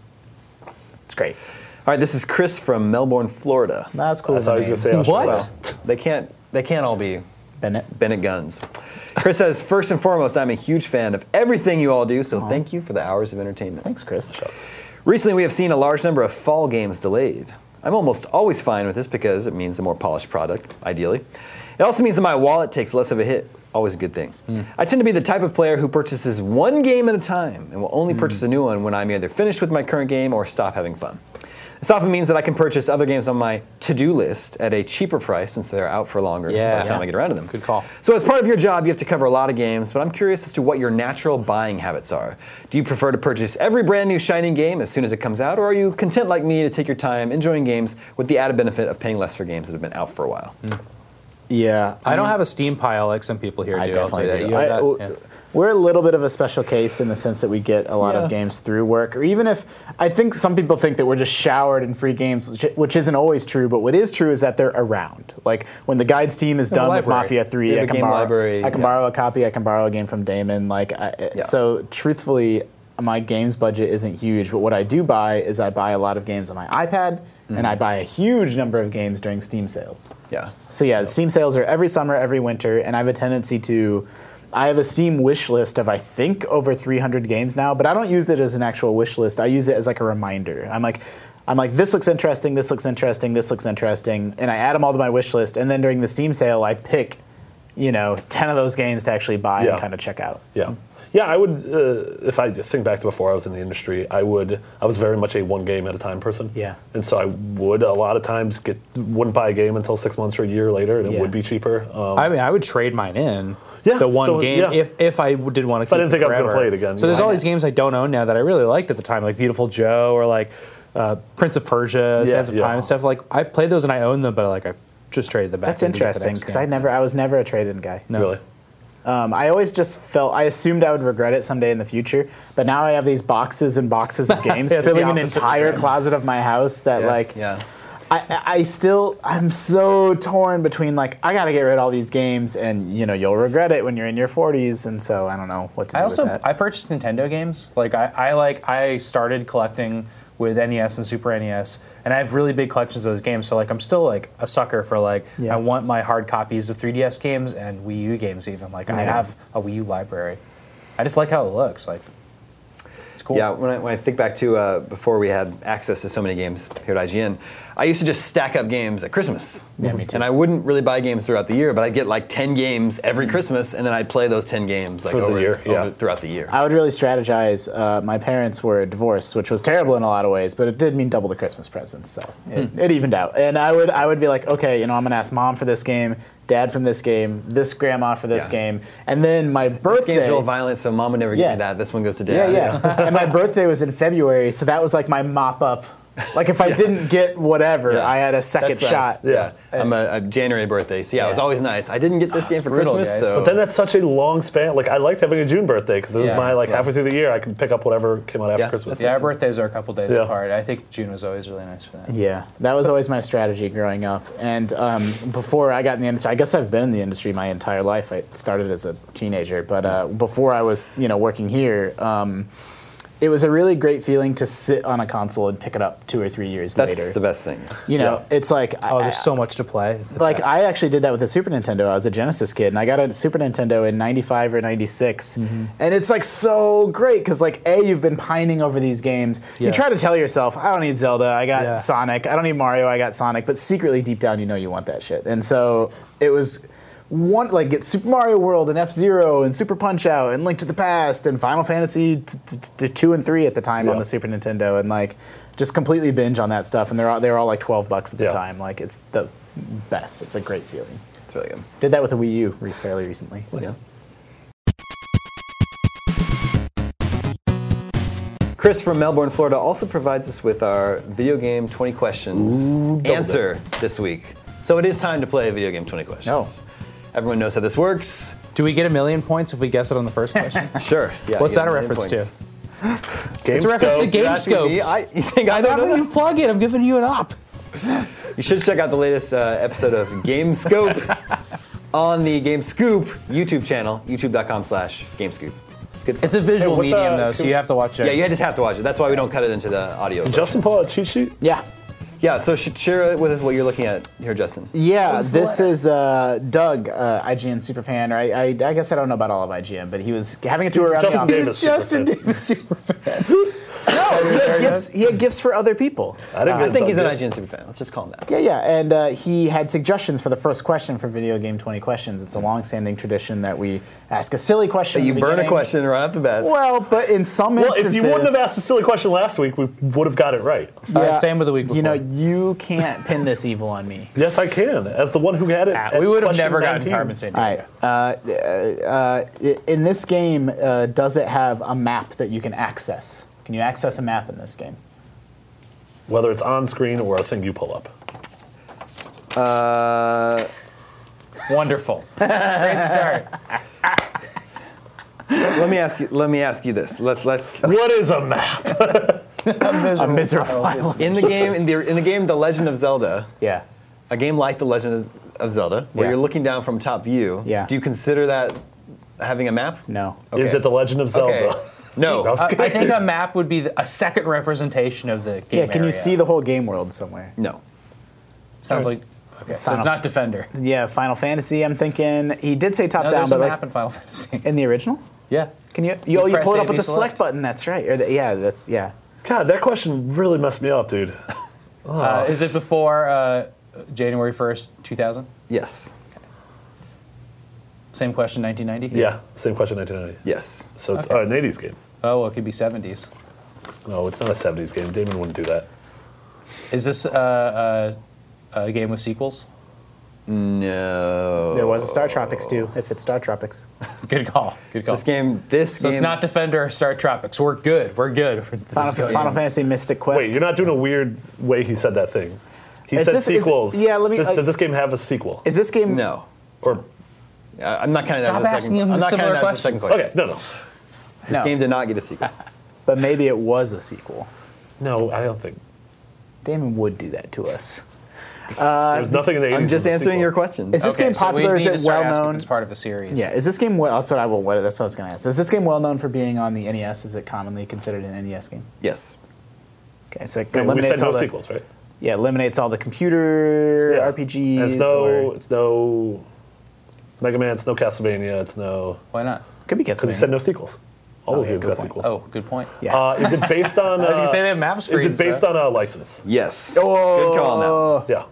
Speaker 7: It's great.
Speaker 4: All right, this is Chris from Melbourne, Florida.
Speaker 7: No, That's cool.
Speaker 6: I
Speaker 7: with the
Speaker 6: thought he was
Speaker 7: name.
Speaker 6: gonna say Australia.
Speaker 3: What?
Speaker 4: Well, they can't. They can't all be
Speaker 7: Bennett.
Speaker 4: Bennett Guns. Chris says, first and foremost, I'm a huge fan of everything you all do, so thank you for the hours of entertainment.
Speaker 7: Thanks, Chris.
Speaker 4: Recently, we have seen a large number of fall games delayed. I'm almost always fine with this because it means a more polished product, ideally. It also means that my wallet takes less of a hit, always a good thing.
Speaker 3: Hmm.
Speaker 4: I tend to be the type of player who purchases one game at a time and will
Speaker 3: Hmm.
Speaker 4: only purchase a new one when I'm either finished with my current game or stop having fun. This often means that I can purchase other games on my to-do list at a cheaper price since they're out for longer by
Speaker 3: Yeah.
Speaker 4: the time I get around to them.
Speaker 3: Good call.
Speaker 4: So, as part of your job, you have to cover a lot of games, but I'm curious as to what your natural buying habits are. Do you prefer to purchase every brand new Shining game as soon as it comes out, or are you content like me to take your time enjoying games with the added benefit of paying less for games that have been out for a while?
Speaker 7: Yeah,
Speaker 3: I
Speaker 6: Um,
Speaker 3: don't have a Steam pile like some people here do. I'll tell you that. You
Speaker 7: I-
Speaker 3: have
Speaker 7: w-
Speaker 3: that? Yeah.
Speaker 7: We're a little bit of a special case in the sense that we get a lot
Speaker 4: Yeah.
Speaker 7: of games through work, or even if I think some people think that we're just showered in free games, which, which isn't always true. But what is true is that they're around. Like when the guides team is done with
Speaker 3: library.
Speaker 7: Mafia
Speaker 4: We
Speaker 7: Three,
Speaker 4: have
Speaker 7: I
Speaker 4: a
Speaker 7: can
Speaker 4: game
Speaker 7: borrow,
Speaker 4: library,
Speaker 7: I can
Speaker 4: yeah.
Speaker 7: borrow a copy. I can borrow a game from Damon. Like I,
Speaker 4: Yeah.
Speaker 7: so, truthfully, my games budget isn't huge. But what I do buy is I buy a lot of games on my iPad, and
Speaker 4: Mm-hmm.
Speaker 7: I buy a huge number of games during Steam sales.
Speaker 4: Yeah.
Speaker 7: So yeah, Steam sales are every summer, every winter, and I have a tendency to. I have a Steam wish list of I think over 300 games now, but I don't use it as an actual wish list. I use it as like a reminder. I'm like, I'm like, this looks interesting, this looks interesting, this looks interesting, and I add them all to my wish list. And then during the Steam sale, I pick, you know, 10 of those games to actually buy
Speaker 6: Yeah.
Speaker 7: and kind of check out.
Speaker 6: Yeah. Yeah, I would. Uh, if I think back to before I was in the industry, I would. I was very much a one game at a time person.
Speaker 7: Yeah.
Speaker 6: And so I would a lot of times get wouldn't buy a game until six months or a year later, and it
Speaker 7: Yeah.
Speaker 6: would be cheaper. Um,
Speaker 3: I mean, I would trade mine in.
Speaker 6: Yeah,
Speaker 3: the one
Speaker 6: so,
Speaker 3: game
Speaker 6: yeah.
Speaker 3: if if I w- did want to. If
Speaker 6: I didn't think I was gonna play it again,
Speaker 3: So there's
Speaker 6: yeah.
Speaker 3: all these games I don't own now that I really liked at the time, like Beautiful Joe or like uh, Prince of Persia,
Speaker 6: Yeah,
Speaker 3: Sands of
Speaker 6: yeah.
Speaker 3: Time, and stuff. Like I played those and I own them, but like I just traded them back.
Speaker 7: That's
Speaker 3: in to get the
Speaker 7: interesting
Speaker 3: next
Speaker 7: because
Speaker 3: game.
Speaker 7: I never, I was never a trade-in guy.
Speaker 6: really.
Speaker 7: Um, I always just felt I assumed I would regret it someday in the future, but now I have these boxes and boxes of games
Speaker 3: Yeah, it's the
Speaker 7: filling an
Speaker 3: opposite,
Speaker 7: entire closet of my house. That like,
Speaker 4: Yeah.
Speaker 7: I- I, I still I'm so torn between like I gotta get rid of all these games, and you know you'll regret it when you're in your 40s, and so I don't know what to do
Speaker 3: I also
Speaker 7: with that.
Speaker 3: I purchased Nintendo games. Like I, I like I started collecting with NES and Super NES, and I have really big collections of those games. So like I'm still like a sucker for like
Speaker 7: Yeah.
Speaker 3: I want my hard copies of 3DS games and Wii U games even. Like I
Speaker 7: Yeah.
Speaker 3: have a Wii U library. I just like how it looks. Like it's cool.
Speaker 4: Yeah, when I, when I think back to uh, before we had access to so many games here at IGN, I used to just stack up games at Christmas.
Speaker 3: Yeah, me too.
Speaker 4: And I wouldn't really buy games throughout the year, but I'd get like 10 games every Christmas, and then I'd play those 10 games like
Speaker 6: For the
Speaker 4: over,
Speaker 6: year, yeah.
Speaker 4: over- throughout the year.
Speaker 7: I would really strategize. Uh, my parents were divorced, which was terrible in a lot of ways, but it did mean double the Christmas presents, so it,
Speaker 4: Hmm.
Speaker 7: it evened out. And I would I would be like, okay, you know, I'm gonna ask mom for this game, dad from this game, this grandma for this
Speaker 4: Yeah.
Speaker 7: game, and then my
Speaker 4: this
Speaker 7: birthday.
Speaker 4: game's real violent, so mom would never give
Speaker 7: Yeah.
Speaker 4: me that. This one goes to
Speaker 7: yeah,
Speaker 4: dad.
Speaker 7: yeah. and my birthday was in February, so that was like my mop up. Like if I didn't get whatever,
Speaker 4: Yeah.
Speaker 7: I had a second
Speaker 4: That's nice.
Speaker 7: shot.
Speaker 4: Yeah. I'm a, a January birthday, so yeah, it was
Speaker 7: Yeah. Oh,
Speaker 4: always nice. I didn't get this game
Speaker 3: it's
Speaker 4: for
Speaker 3: brutal,
Speaker 4: Christmas,
Speaker 3: guys.
Speaker 4: so.
Speaker 6: But then that's such a long span. Like I liked having a June birthday because it was
Speaker 3: Yeah.
Speaker 6: my like
Speaker 4: Yeah.
Speaker 6: halfway through the year I could pick up whatever came out after
Speaker 4: Yeah,
Speaker 6: Christmas.
Speaker 3: Yeah, our birthdays are a couple days
Speaker 6: Yeah.
Speaker 3: apart. I think June was always really nice for that.
Speaker 7: Yeah, that was always my strategy growing up. And um, before I got in the industry, I guess I've been in the industry my entire life. I started as a teenager, but uh, before I was, you know, working here, um, it was a really great feeling to sit on a console and pick it up two or three years
Speaker 4: That's
Speaker 7: later.
Speaker 4: the best thing.
Speaker 7: you know, it's like
Speaker 3: Oh,
Speaker 7: I,
Speaker 3: there's so much to play. It's the
Speaker 7: like
Speaker 3: best.
Speaker 7: I actually did that with a Super Nintendo. I was a Genesis kid, and I got a Super Nintendo in '95 or '96,
Speaker 3: Mm-hmm.
Speaker 7: and it's like so great because like a you've been pining over these games.
Speaker 3: Yeah.
Speaker 7: You try to tell yourself, I don't need Zelda, I got
Speaker 3: Yeah.
Speaker 7: Sonic, I don't need Mario, I got Sonic, but secretly deep down you know you want that shit, and so it was. One like get Super Mario World and F Zero and Super Punch Out and Link to the Past and Final Fantasy t- t- t- two and three at the time on
Speaker 6: Yeah.
Speaker 7: the Super Nintendo and like just completely binge on that stuff and they're all, they were all like twelve bucks at the
Speaker 6: Yeah.
Speaker 7: time like it's the best. It's a great feeling.
Speaker 4: It's really good.
Speaker 7: Did that with the Wii U re- fairly recently.
Speaker 4: Yeah. Chris from Melbourne, Florida, also provides us with our video game 20 questions answer this week. So it is time to play video game 20 questions.
Speaker 7: No.
Speaker 4: Everyone knows how this works.
Speaker 3: Do we get a million points if we guess it on the first question?
Speaker 4: Sure. Yeah,
Speaker 3: What's
Speaker 4: you
Speaker 3: that a
Speaker 4: get
Speaker 3: reference
Speaker 4: points.
Speaker 3: to?
Speaker 6: Game
Speaker 3: It's a reference to
Speaker 6: Scope.
Speaker 4: You're
Speaker 3: Game
Speaker 4: asking me?
Speaker 3: Scoped.
Speaker 4: I, you think I don't
Speaker 3: I'm
Speaker 4: know
Speaker 3: not even
Speaker 4: that?
Speaker 3: plugging. I'm giving you an op.
Speaker 4: You should check out the latest uh, episode of Game Scope on the Game Scoop YouTube channel, youtube.com slash Game Scoop. It's good. Fun.
Speaker 3: It's a visual
Speaker 6: what the-
Speaker 3: medium though, so you have to watch it.
Speaker 4: yeah, you just have to watch it. That's why we don't cut it into the audio. version.
Speaker 6: Justin Paul a cheat sheet.
Speaker 7: Yeah.
Speaker 4: Yeah, so sh- share with us what you're looking at here, Justin.
Speaker 7: Yeah, this is uh, Doug, uh, IGN superfan. Or I, I, I guess I don't know about all of IGN, but he was having a tour around
Speaker 6: Justin
Speaker 7: the
Speaker 6: Davis
Speaker 7: office. Justin
Speaker 6: superfan.
Speaker 7: Davis superfan. no, he had, gifts, he had gifts for other people.
Speaker 6: I didn't
Speaker 4: I
Speaker 6: get
Speaker 4: think he's an
Speaker 6: done yet.
Speaker 4: IGN superfan. Let's just call him that.
Speaker 7: Yeah, yeah, and uh, he had suggestions for the first question for Video Game 20 Questions. It's a long-standing tradition that we ask a silly question. at
Speaker 4: You
Speaker 7: the
Speaker 4: burn a
Speaker 7: beginning.
Speaker 4: question right off the bat.
Speaker 7: Well, but in some
Speaker 6: Well, if
Speaker 7: instances,
Speaker 6: you wouldn't have asked a silly question last week, we would have got it right.
Speaker 3: Uh, same with the week
Speaker 7: You know,
Speaker 3: before.
Speaker 7: you can't pin this evil on me.
Speaker 6: Yes, I can. As the one who had it,
Speaker 3: Ah, we
Speaker 6: at
Speaker 3: would have
Speaker 6: question
Speaker 3: never
Speaker 6: 19.
Speaker 3: gotten Carmen San
Speaker 7: All right. Uh, uh, uh, in this game, uh, does it have a map that you can access? Can you access a map in this game?
Speaker 6: Whether it's on screen or a thing you pull up.
Speaker 4: Uh,
Speaker 3: Wonderful. Great start.
Speaker 4: let me ask you. Let me ask you this. Let's let's
Speaker 6: What is a map?
Speaker 7: A miserable island.
Speaker 4: in the game in the in the game The Legend of Zelda,
Speaker 7: Yeah.
Speaker 4: a game like The Legend of- of Zelda, where
Speaker 7: Yeah.
Speaker 4: you're looking down from top view.
Speaker 7: Yeah.
Speaker 4: Do you consider that having a map?
Speaker 7: No.
Speaker 6: Is it The Legend of
Speaker 4: Okay. Uh,
Speaker 6: Zelda?
Speaker 4: No.
Speaker 6: I'm
Speaker 3: I
Speaker 6: kidding.
Speaker 3: think a map would be the- a second representation of the game.
Speaker 7: Yeah. Can you
Speaker 3: area.
Speaker 7: see the whole game world somewhere?
Speaker 4: No.
Speaker 3: Sounds like. Okay, so
Speaker 7: Final-
Speaker 3: it's not Defender.
Speaker 7: Yeah. Final Fantasy. I'm thinking. He did say top
Speaker 3: No,
Speaker 7: down,
Speaker 3: there's a
Speaker 7: but
Speaker 3: map
Speaker 7: like
Speaker 3: in Final Fantasy.
Speaker 7: in the original.
Speaker 3: yeah.
Speaker 7: Can you? You, oh, you
Speaker 3: press
Speaker 7: pull it
Speaker 3: A,
Speaker 7: up with
Speaker 3: B,
Speaker 7: the
Speaker 3: select.
Speaker 7: select button. That's right. Or the, yeah. That's yeah.
Speaker 6: God, that question really messed me up, dude.
Speaker 7: Oh.
Speaker 3: Uh, is it before uh, January 1st, 2000?
Speaker 4: Yes.
Speaker 3: Same question, 1990?
Speaker 6: Yeah, same question 1990.
Speaker 4: Yes.
Speaker 6: So it's uh, an 80s game.
Speaker 3: Oh, well, it could be 70s.
Speaker 6: No, it's not a 70s game. Damon wouldn't do that.
Speaker 3: Is this uh, uh, a game with sequels?
Speaker 4: No.
Speaker 7: There was a Star Tropics too. If it's Star Tropics.
Speaker 3: Good call. Good call.
Speaker 4: This game. This
Speaker 3: so
Speaker 4: game.
Speaker 3: it's not Defender or Star Tropics. We're good. We're good. This
Speaker 7: Final,
Speaker 3: is good.
Speaker 7: Final Fantasy Mystic Quest.
Speaker 6: Wait, you're not doing a weird way he said that thing. He
Speaker 7: Is
Speaker 6: said
Speaker 7: this- is-
Speaker 6: sequels.
Speaker 7: yeah, let me-
Speaker 6: Does,
Speaker 7: uh,
Speaker 6: does this game have a sequel?
Speaker 7: Is this game?
Speaker 4: no.
Speaker 6: or
Speaker 4: I- I'm not counting
Speaker 3: Stop
Speaker 4: that as a
Speaker 3: asking
Speaker 4: second.
Speaker 3: him
Speaker 4: I'm not
Speaker 3: similar
Speaker 4: counting that as a second
Speaker 3: questions.
Speaker 4: question.
Speaker 6: okay, no, no,
Speaker 4: This
Speaker 7: No.
Speaker 4: game did not get a sequel.
Speaker 7: But maybe it was a sequel.
Speaker 6: no. I don't think
Speaker 7: Damon would do that to us.
Speaker 6: there's nothing in the 80s.
Speaker 4: I'm just
Speaker 6: with a
Speaker 4: answering
Speaker 6: sequel.
Speaker 4: your question. Uh,
Speaker 7: Is this
Speaker 3: Okay,
Speaker 7: game
Speaker 3: so we
Speaker 7: popular?
Speaker 3: need to
Speaker 7: is it
Speaker 3: start
Speaker 7: well
Speaker 3: asking if
Speaker 7: known?
Speaker 3: It's part of a series.
Speaker 7: Yeah, is this game well? That's what I will. What, that's what I was E going to ask. Is this game well known for being on the NES? Is it commonly considered an NES game?
Speaker 4: yes.
Speaker 7: E Okay, so it
Speaker 6: I mean, we said
Speaker 7: eliminates
Speaker 6: no
Speaker 7: all the,
Speaker 6: sequels, right?
Speaker 7: Yeah, eliminates all the computer
Speaker 6: Yeah.
Speaker 7: RPGs.
Speaker 6: And It's no,
Speaker 7: or-
Speaker 6: it's no Mega Man. It's no Castlevania. It's no
Speaker 5: Why not?
Speaker 7: could be
Speaker 6: because
Speaker 7: Castlevania.
Speaker 6: he said no sequels. All those
Speaker 7: yeah,
Speaker 6: games
Speaker 7: good
Speaker 6: got
Speaker 7: point.
Speaker 6: sequels.
Speaker 5: Oh, good point.
Speaker 7: Yeah.
Speaker 6: Uh, is it based on?
Speaker 7: I was gonna
Speaker 6: uh,
Speaker 7: say they have map
Speaker 6: Is it
Speaker 7: screens.
Speaker 6: based
Speaker 7: though.
Speaker 6: on a license?
Speaker 4: Yes.
Speaker 7: Oh.
Speaker 4: Good call on
Speaker 6: Yeah.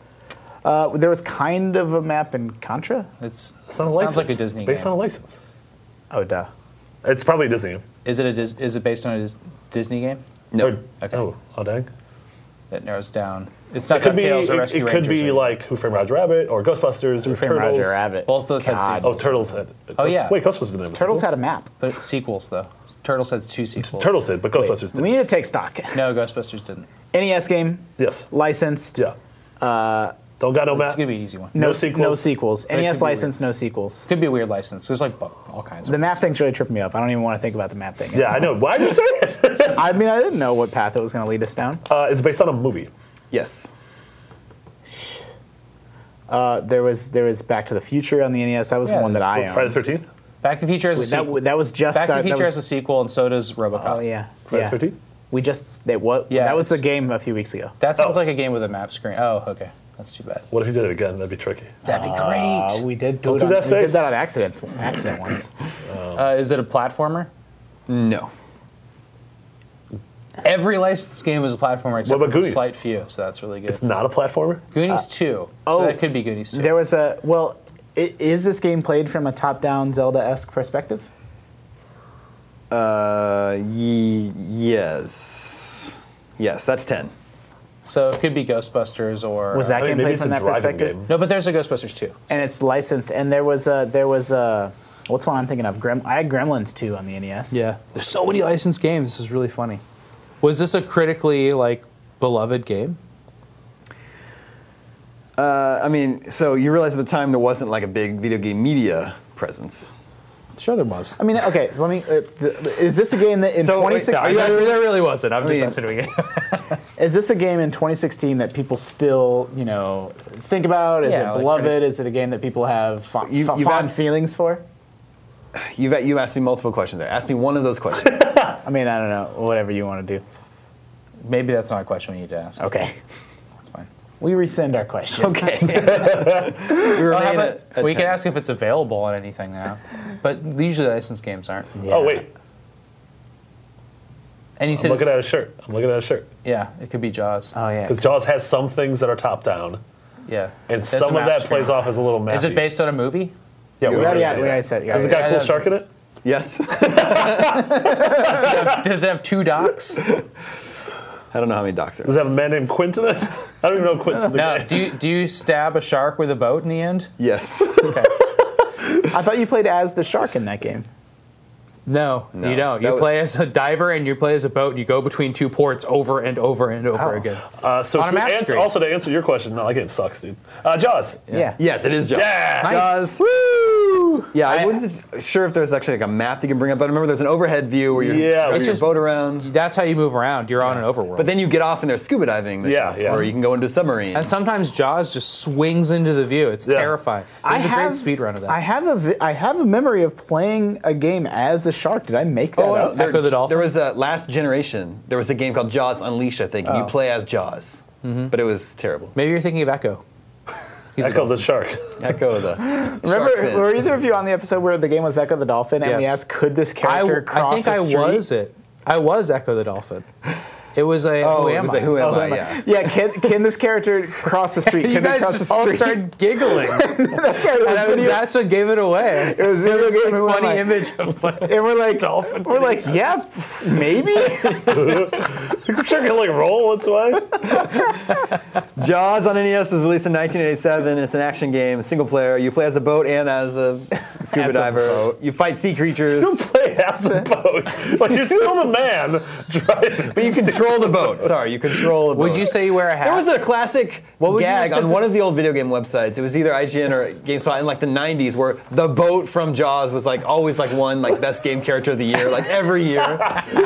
Speaker 7: Uh, there was kind of a map in Contra.
Speaker 5: It's,
Speaker 6: It's not a
Speaker 5: it
Speaker 6: license.
Speaker 5: sounds like a Disney
Speaker 6: It's based
Speaker 5: game.
Speaker 6: on a license.
Speaker 7: Oh, duh.
Speaker 6: It's probably a Disney game.
Speaker 5: is it a Dis- is it based on a Dis- Disney game?
Speaker 4: No.
Speaker 6: Or-
Speaker 5: Okay.
Speaker 6: Oh, oh dang.
Speaker 5: That narrows down. It's not
Speaker 6: It could be.
Speaker 5: DuckTales
Speaker 6: It,
Speaker 5: or Rescue
Speaker 6: it could
Speaker 5: Rangers
Speaker 6: be
Speaker 5: or-
Speaker 6: like Who Framed Roger Rabbit or Ghostbusters or
Speaker 7: Frame
Speaker 6: Turtles.
Speaker 7: Roger Rabbit.
Speaker 5: Both those had
Speaker 7: God.
Speaker 6: Oh, Turtles had.
Speaker 5: Oh, yeah.
Speaker 6: Wait, Ghostbusters didn't have a
Speaker 7: Turtles
Speaker 6: sequel.
Speaker 7: had a map.
Speaker 5: but it's sequels though. Turtles had two sequels.
Speaker 6: Turtles did, but Ghostbusters did.
Speaker 7: We need to take stock.
Speaker 5: No, Ghostbusters didn't.
Speaker 7: NES game,
Speaker 6: Yes.
Speaker 7: licensed.
Speaker 6: Yeah.
Speaker 7: Uh,
Speaker 6: Don't got no
Speaker 5: It's
Speaker 6: map.
Speaker 5: gonna be an easy one.
Speaker 7: No,
Speaker 6: No
Speaker 7: s-
Speaker 6: sequels.
Speaker 7: No sequels.
Speaker 5: it could
Speaker 7: NES
Speaker 5: be
Speaker 7: license,
Speaker 5: weird.
Speaker 7: no sequels.
Speaker 5: Could be a weird license. There's like bu- all kinds of
Speaker 7: The map thing's really tripping me up. I don't even want to think about the map thing.
Speaker 6: Yeah, I know. Why did you say it?
Speaker 7: I mean, I didn't know what path it was going to lead us down.
Speaker 6: Uh, it's based on a movie.
Speaker 4: Yes.
Speaker 7: Uh, there was there was Back to the Future on the NES. That was
Speaker 5: Yeah,
Speaker 7: one that I owned.
Speaker 6: Friday the Thirteenth.
Speaker 5: Back to the Future has a
Speaker 7: That,
Speaker 5: sequel.
Speaker 7: w- that was just
Speaker 5: Back to
Speaker 7: that-
Speaker 5: the
Speaker 7: that
Speaker 5: Future
Speaker 7: was-
Speaker 5: has a sequel, and so does RoboCop.
Speaker 7: Oh yeah,
Speaker 6: Friday
Speaker 7: yeah.
Speaker 6: the Thirteenth.
Speaker 7: We just that what?
Speaker 5: Yeah,
Speaker 7: that was the
Speaker 5: it's-
Speaker 7: game a few weeks ago.
Speaker 5: That sounds
Speaker 6: Oh.
Speaker 5: like a game with a map screen. Oh, okay, that's too bad. Ah,
Speaker 6: What if you did it again? That'd be tricky.
Speaker 5: That'd be
Speaker 7: Uh,
Speaker 5: great.
Speaker 7: we did do
Speaker 6: Don't
Speaker 7: it
Speaker 6: do
Speaker 7: on,
Speaker 6: that
Speaker 7: We did
Speaker 6: face.
Speaker 7: that on accident, accident once.
Speaker 5: Uh, is it a platformer?
Speaker 4: No.
Speaker 5: Every licensed game is a platformer except
Speaker 6: about
Speaker 5: for a
Speaker 6: Goonies?
Speaker 5: slight few, so that's really good.
Speaker 6: It's not a platformer.
Speaker 5: Goonies 2.
Speaker 7: oh,
Speaker 5: so that could be Goonies 2.
Speaker 7: There was a well. i- Is this game played from a top-down Zelda-esque perspective?
Speaker 4: Uh, ye- yes. Yes, that's 10.
Speaker 5: so it could be Ghostbusters or.
Speaker 7: Was
Speaker 5: uh,
Speaker 7: that
Speaker 6: I mean,
Speaker 7: game
Speaker 6: maybe
Speaker 7: played
Speaker 6: it's
Speaker 7: from
Speaker 6: a
Speaker 7: that
Speaker 6: driving
Speaker 7: perspective?
Speaker 6: game.
Speaker 5: No, but there's a Ghostbusters 2.
Speaker 7: And it's licensed. And there was a there was a what's one I'm thinking of? Grem- I had Gremlins 2 on the E NES.
Speaker 3: Yeah, there's so many licensed games. This is really funny. Was this a critically like beloved game?
Speaker 4: Uh, I mean, so you realize at the time there wasn't like a big video game media presence.
Speaker 3: Sure, there was.
Speaker 7: I mean, okay. So let me. Uh, th- is this a game that in
Speaker 4: So, wait,
Speaker 7: 2016?
Speaker 4: are you
Speaker 3: there, there really wasn't. I'm just
Speaker 4: mean-
Speaker 3: considering it.
Speaker 7: Is this a game in 2016 that people still, you know, think about? Is
Speaker 5: Yeah,
Speaker 7: it
Speaker 5: like
Speaker 7: beloved?
Speaker 5: pretty-
Speaker 7: is it a game that people have fo-
Speaker 4: You-
Speaker 7: fo-
Speaker 4: you've
Speaker 7: fond
Speaker 4: asked-
Speaker 7: feelings for?
Speaker 4: You've, you've asked me multiple questions there. Ask me one of those questions.
Speaker 7: I mean, I don't know. Whatever you want to do.
Speaker 5: Maybe that's not a question we need to ask.
Speaker 7: Okay.
Speaker 5: That's fine.
Speaker 7: We rescind our question.
Speaker 4: okay. You
Speaker 5: Well, how
Speaker 4: remain
Speaker 5: about-
Speaker 4: at- at
Speaker 5: we can
Speaker 4: 10.
Speaker 5: ask if it's available on anything now. But usually licensed games aren't.
Speaker 6: Oh wait,
Speaker 5: And you
Speaker 6: I'm
Speaker 5: said.
Speaker 6: looking
Speaker 5: it's-
Speaker 6: at a shirt. I'm looking at a shirt
Speaker 5: yeah, it could be Jaws.
Speaker 7: Oh yeah.
Speaker 6: because Jaws has some things that are top down,
Speaker 5: yeah.
Speaker 6: and
Speaker 5: There's a
Speaker 6: some of
Speaker 5: map
Speaker 6: that
Speaker 5: screen.
Speaker 6: plays off as a little map.
Speaker 5: Is it based on a movie?
Speaker 6: Yeah,
Speaker 4: You
Speaker 7: We already,
Speaker 6: said
Speaker 7: we already
Speaker 6: that.
Speaker 7: said.
Speaker 6: Does it
Speaker 7: yeah,
Speaker 6: got a
Speaker 5: yeah.
Speaker 6: cool shark in it?
Speaker 4: Yes.
Speaker 5: Does it have, does it have two docs?
Speaker 4: I don't know how many docs there
Speaker 6: Does
Speaker 4: are.
Speaker 6: it have a man named Quint in it? I don't even know Quint's in the
Speaker 5: No.
Speaker 6: game.
Speaker 5: Do you, do you stab a shark with a boat in the end?
Speaker 4: Yes.
Speaker 7: yeah. I thought you played as the shark in that game.
Speaker 3: No, you don't. You
Speaker 4: that was-
Speaker 3: play as a diver and you play as a boat and you go between two ports over and over and over
Speaker 7: Oh.
Speaker 3: again.
Speaker 6: Uh, so
Speaker 3: On a
Speaker 6: who
Speaker 3: map
Speaker 6: ans-
Speaker 3: screen.
Speaker 6: also to answer your question, no, that game sucks, dude. Uh, Jaws.
Speaker 7: Yeah.
Speaker 4: yes, it is Jaws.
Speaker 6: Yeah.
Speaker 4: Jaws. Yeah, I, wasn't sure if there's actually like a map you can bring up, but I remember there's an overhead view where you
Speaker 6: Yeah,
Speaker 4: drive
Speaker 6: It's
Speaker 4: your
Speaker 3: just-
Speaker 4: boat around.
Speaker 3: That's how you move around. You're on an overworld.
Speaker 4: But then you get off and there's scuba diving
Speaker 6: Yeah,
Speaker 4: missions,
Speaker 6: yeah.
Speaker 4: or you can go into a submarine.
Speaker 3: and sometimes Jaws just swings into the view. It's
Speaker 6: Yeah.
Speaker 3: terrifying.
Speaker 7: I
Speaker 3: There's a
Speaker 7: have-
Speaker 3: great speed run of that.
Speaker 7: I have a vi- I have a memory of playing a game as a shark. Did I make that
Speaker 4: Oh, no,
Speaker 7: up?
Speaker 4: there,
Speaker 3: Echo the Dolphin?
Speaker 4: there was a last generation. There was a game called Jaws Unleashed, I think, and you play as Jaws, but it was terrible.
Speaker 3: Maybe you're thinking of Echo. He's a
Speaker 6: Echo
Speaker 3: dolphin.
Speaker 6: the shark.
Speaker 4: Echo the. shark
Speaker 7: Remember,
Speaker 4: fin.
Speaker 7: were either of you on the episode where the game was Echo the Dolphin, and we
Speaker 3: Yes.
Speaker 7: asked, could this
Speaker 3: I,
Speaker 7: character
Speaker 3: I
Speaker 7: cross
Speaker 3: think
Speaker 7: the
Speaker 3: I
Speaker 7: street?
Speaker 3: was it. I was Echo the Dolphin. It was a
Speaker 4: Oh,
Speaker 3: who
Speaker 4: it
Speaker 3: am
Speaker 4: was
Speaker 3: I?
Speaker 4: a Who Am
Speaker 7: Oh,
Speaker 4: I?
Speaker 7: am I-
Speaker 4: Yeah.
Speaker 7: Yeah, can, can this character cross the street?
Speaker 3: you
Speaker 7: Can they
Speaker 3: guys
Speaker 7: cross
Speaker 3: just
Speaker 7: the
Speaker 3: all
Speaker 7: street?
Speaker 3: started giggling.
Speaker 7: That's right. It was
Speaker 3: That-
Speaker 7: video,
Speaker 3: that's what gave it away.
Speaker 7: it was video
Speaker 3: There's
Speaker 7: game
Speaker 3: like
Speaker 7: Who Am
Speaker 3: funny
Speaker 7: I?
Speaker 3: image of like
Speaker 7: And we're like, we're like, yeah, maybe.
Speaker 6: shark can like roll its way.
Speaker 4: Jaws on NES was released in 1987. It's an action game, single player. You play as a boat and as a s- scuba
Speaker 3: As a
Speaker 4: diver.
Speaker 3: boat.
Speaker 4: You fight sea creatures,
Speaker 6: Play as a boat. Like you're still the man driving.
Speaker 4: but you control the boat. Sorry, you control the boat.
Speaker 3: Would you say you wear a hat?
Speaker 4: There was a classic
Speaker 3: What would you
Speaker 4: gag
Speaker 3: have said
Speaker 4: on
Speaker 3: for-
Speaker 4: one of the old video game websites. It was either IGN or GameSpot in like the 90s, where the boat from Jaws was like always like one like best game character of the year, like every year.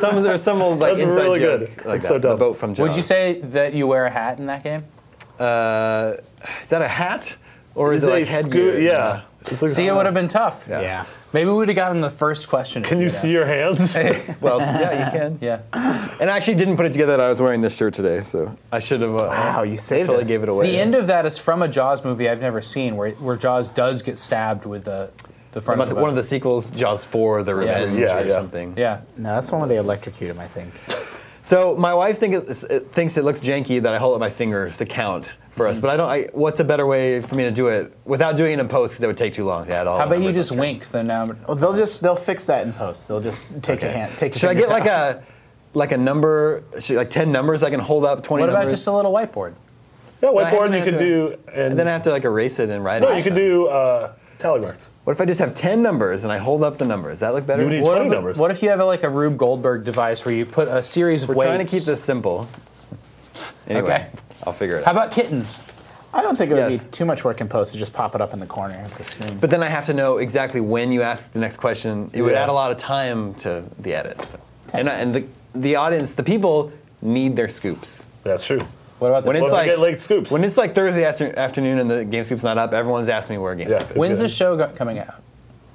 Speaker 4: Some there's some old like
Speaker 6: That's
Speaker 4: inside
Speaker 6: really
Speaker 4: joke
Speaker 6: good.
Speaker 4: like
Speaker 6: That's
Speaker 4: that.
Speaker 6: so
Speaker 4: the
Speaker 6: dumb.
Speaker 4: boat from Jaws.
Speaker 5: Would you say that you wear a hat in that game?
Speaker 4: Uh, is that a hat or is,
Speaker 6: It's
Speaker 4: it
Speaker 6: a
Speaker 4: like
Speaker 6: scu-
Speaker 4: headgear?
Speaker 6: yeah. It's like-
Speaker 3: See, it would have been tough.
Speaker 4: Yeah.
Speaker 7: Yeah.
Speaker 3: Maybe we would have gotten the first question.
Speaker 6: Can you see your hands?
Speaker 4: Well, yeah, you can.
Speaker 3: Yeah.
Speaker 4: And I actually didn't put it together that I was wearing this shirt today, so I should have. Uh,
Speaker 7: Wow, you saved
Speaker 4: totally
Speaker 7: us.
Speaker 4: gave it away.
Speaker 3: The end of that is from a Jaws movie I've never seen, where where Jaws does get stabbed with the the
Speaker 4: Or
Speaker 3: front.
Speaker 4: must-
Speaker 3: of the
Speaker 4: one of
Speaker 3: boat.
Speaker 4: the sequels, Jaws 4, The Revenge,
Speaker 6: Yeah,
Speaker 4: or
Speaker 6: yeah.
Speaker 4: something.
Speaker 3: Yeah.
Speaker 7: No, that's the one where they electrocute him, I think.
Speaker 4: So my wife think it, it thinks it looks janky that I hold up my fingers to count for
Speaker 3: Mm-hmm.
Speaker 4: us, but I don't. I, what's a better way for me to do it without doing it in post? Because that would take too long. Yeah,
Speaker 3: How about you just wink? Then um, now.
Speaker 7: Well, oh, they'll just they'll fix that in post. They'll just take a hand. Take. A
Speaker 4: Should I
Speaker 7: fingers
Speaker 4: get like
Speaker 7: out.
Speaker 4: a like a number, should, like ten numbers I can hold up? Twenty.
Speaker 3: What about
Speaker 4: numbers?
Speaker 3: just a little whiteboard?
Speaker 6: yeah,
Speaker 4: I haven't
Speaker 6: whiteboard you
Speaker 4: had
Speaker 6: could
Speaker 4: to-
Speaker 6: do, and,
Speaker 4: And then I have to like erase it and write
Speaker 6: no,
Speaker 4: it.
Speaker 6: you could do uh, tally marks.
Speaker 4: What if I just have ten numbers and I hold up the numbers? Does that look better?
Speaker 6: You need
Speaker 3: What
Speaker 6: 20
Speaker 3: if,
Speaker 6: numbers.
Speaker 3: what if you have like a Rube Goldberg device where you put a series of
Speaker 4: We're
Speaker 3: weights?
Speaker 4: trying to keep this simple. Anyway,
Speaker 3: Okay.
Speaker 4: I'll figure it
Speaker 3: How
Speaker 4: out.
Speaker 3: about kittens?
Speaker 7: I don't think it would
Speaker 4: Yes.
Speaker 7: be too much work in post to just pop it up in the corner of the screen.
Speaker 4: But then I have to know exactly when you ask the next question. It would
Speaker 6: Yeah.
Speaker 4: add a lot of time to the edit. so. And, I- and the, the audience, the people, need their scoops.
Speaker 6: That's true.
Speaker 3: What about the
Speaker 4: When it's
Speaker 6: Well, they
Speaker 4: like
Speaker 6: get late scoops.
Speaker 4: when it's like Thursday after, afternoon and the game scoop's not up, everyone's asking me where game
Speaker 6: Yeah.
Speaker 4: scoop is.
Speaker 3: When's the show go- coming out?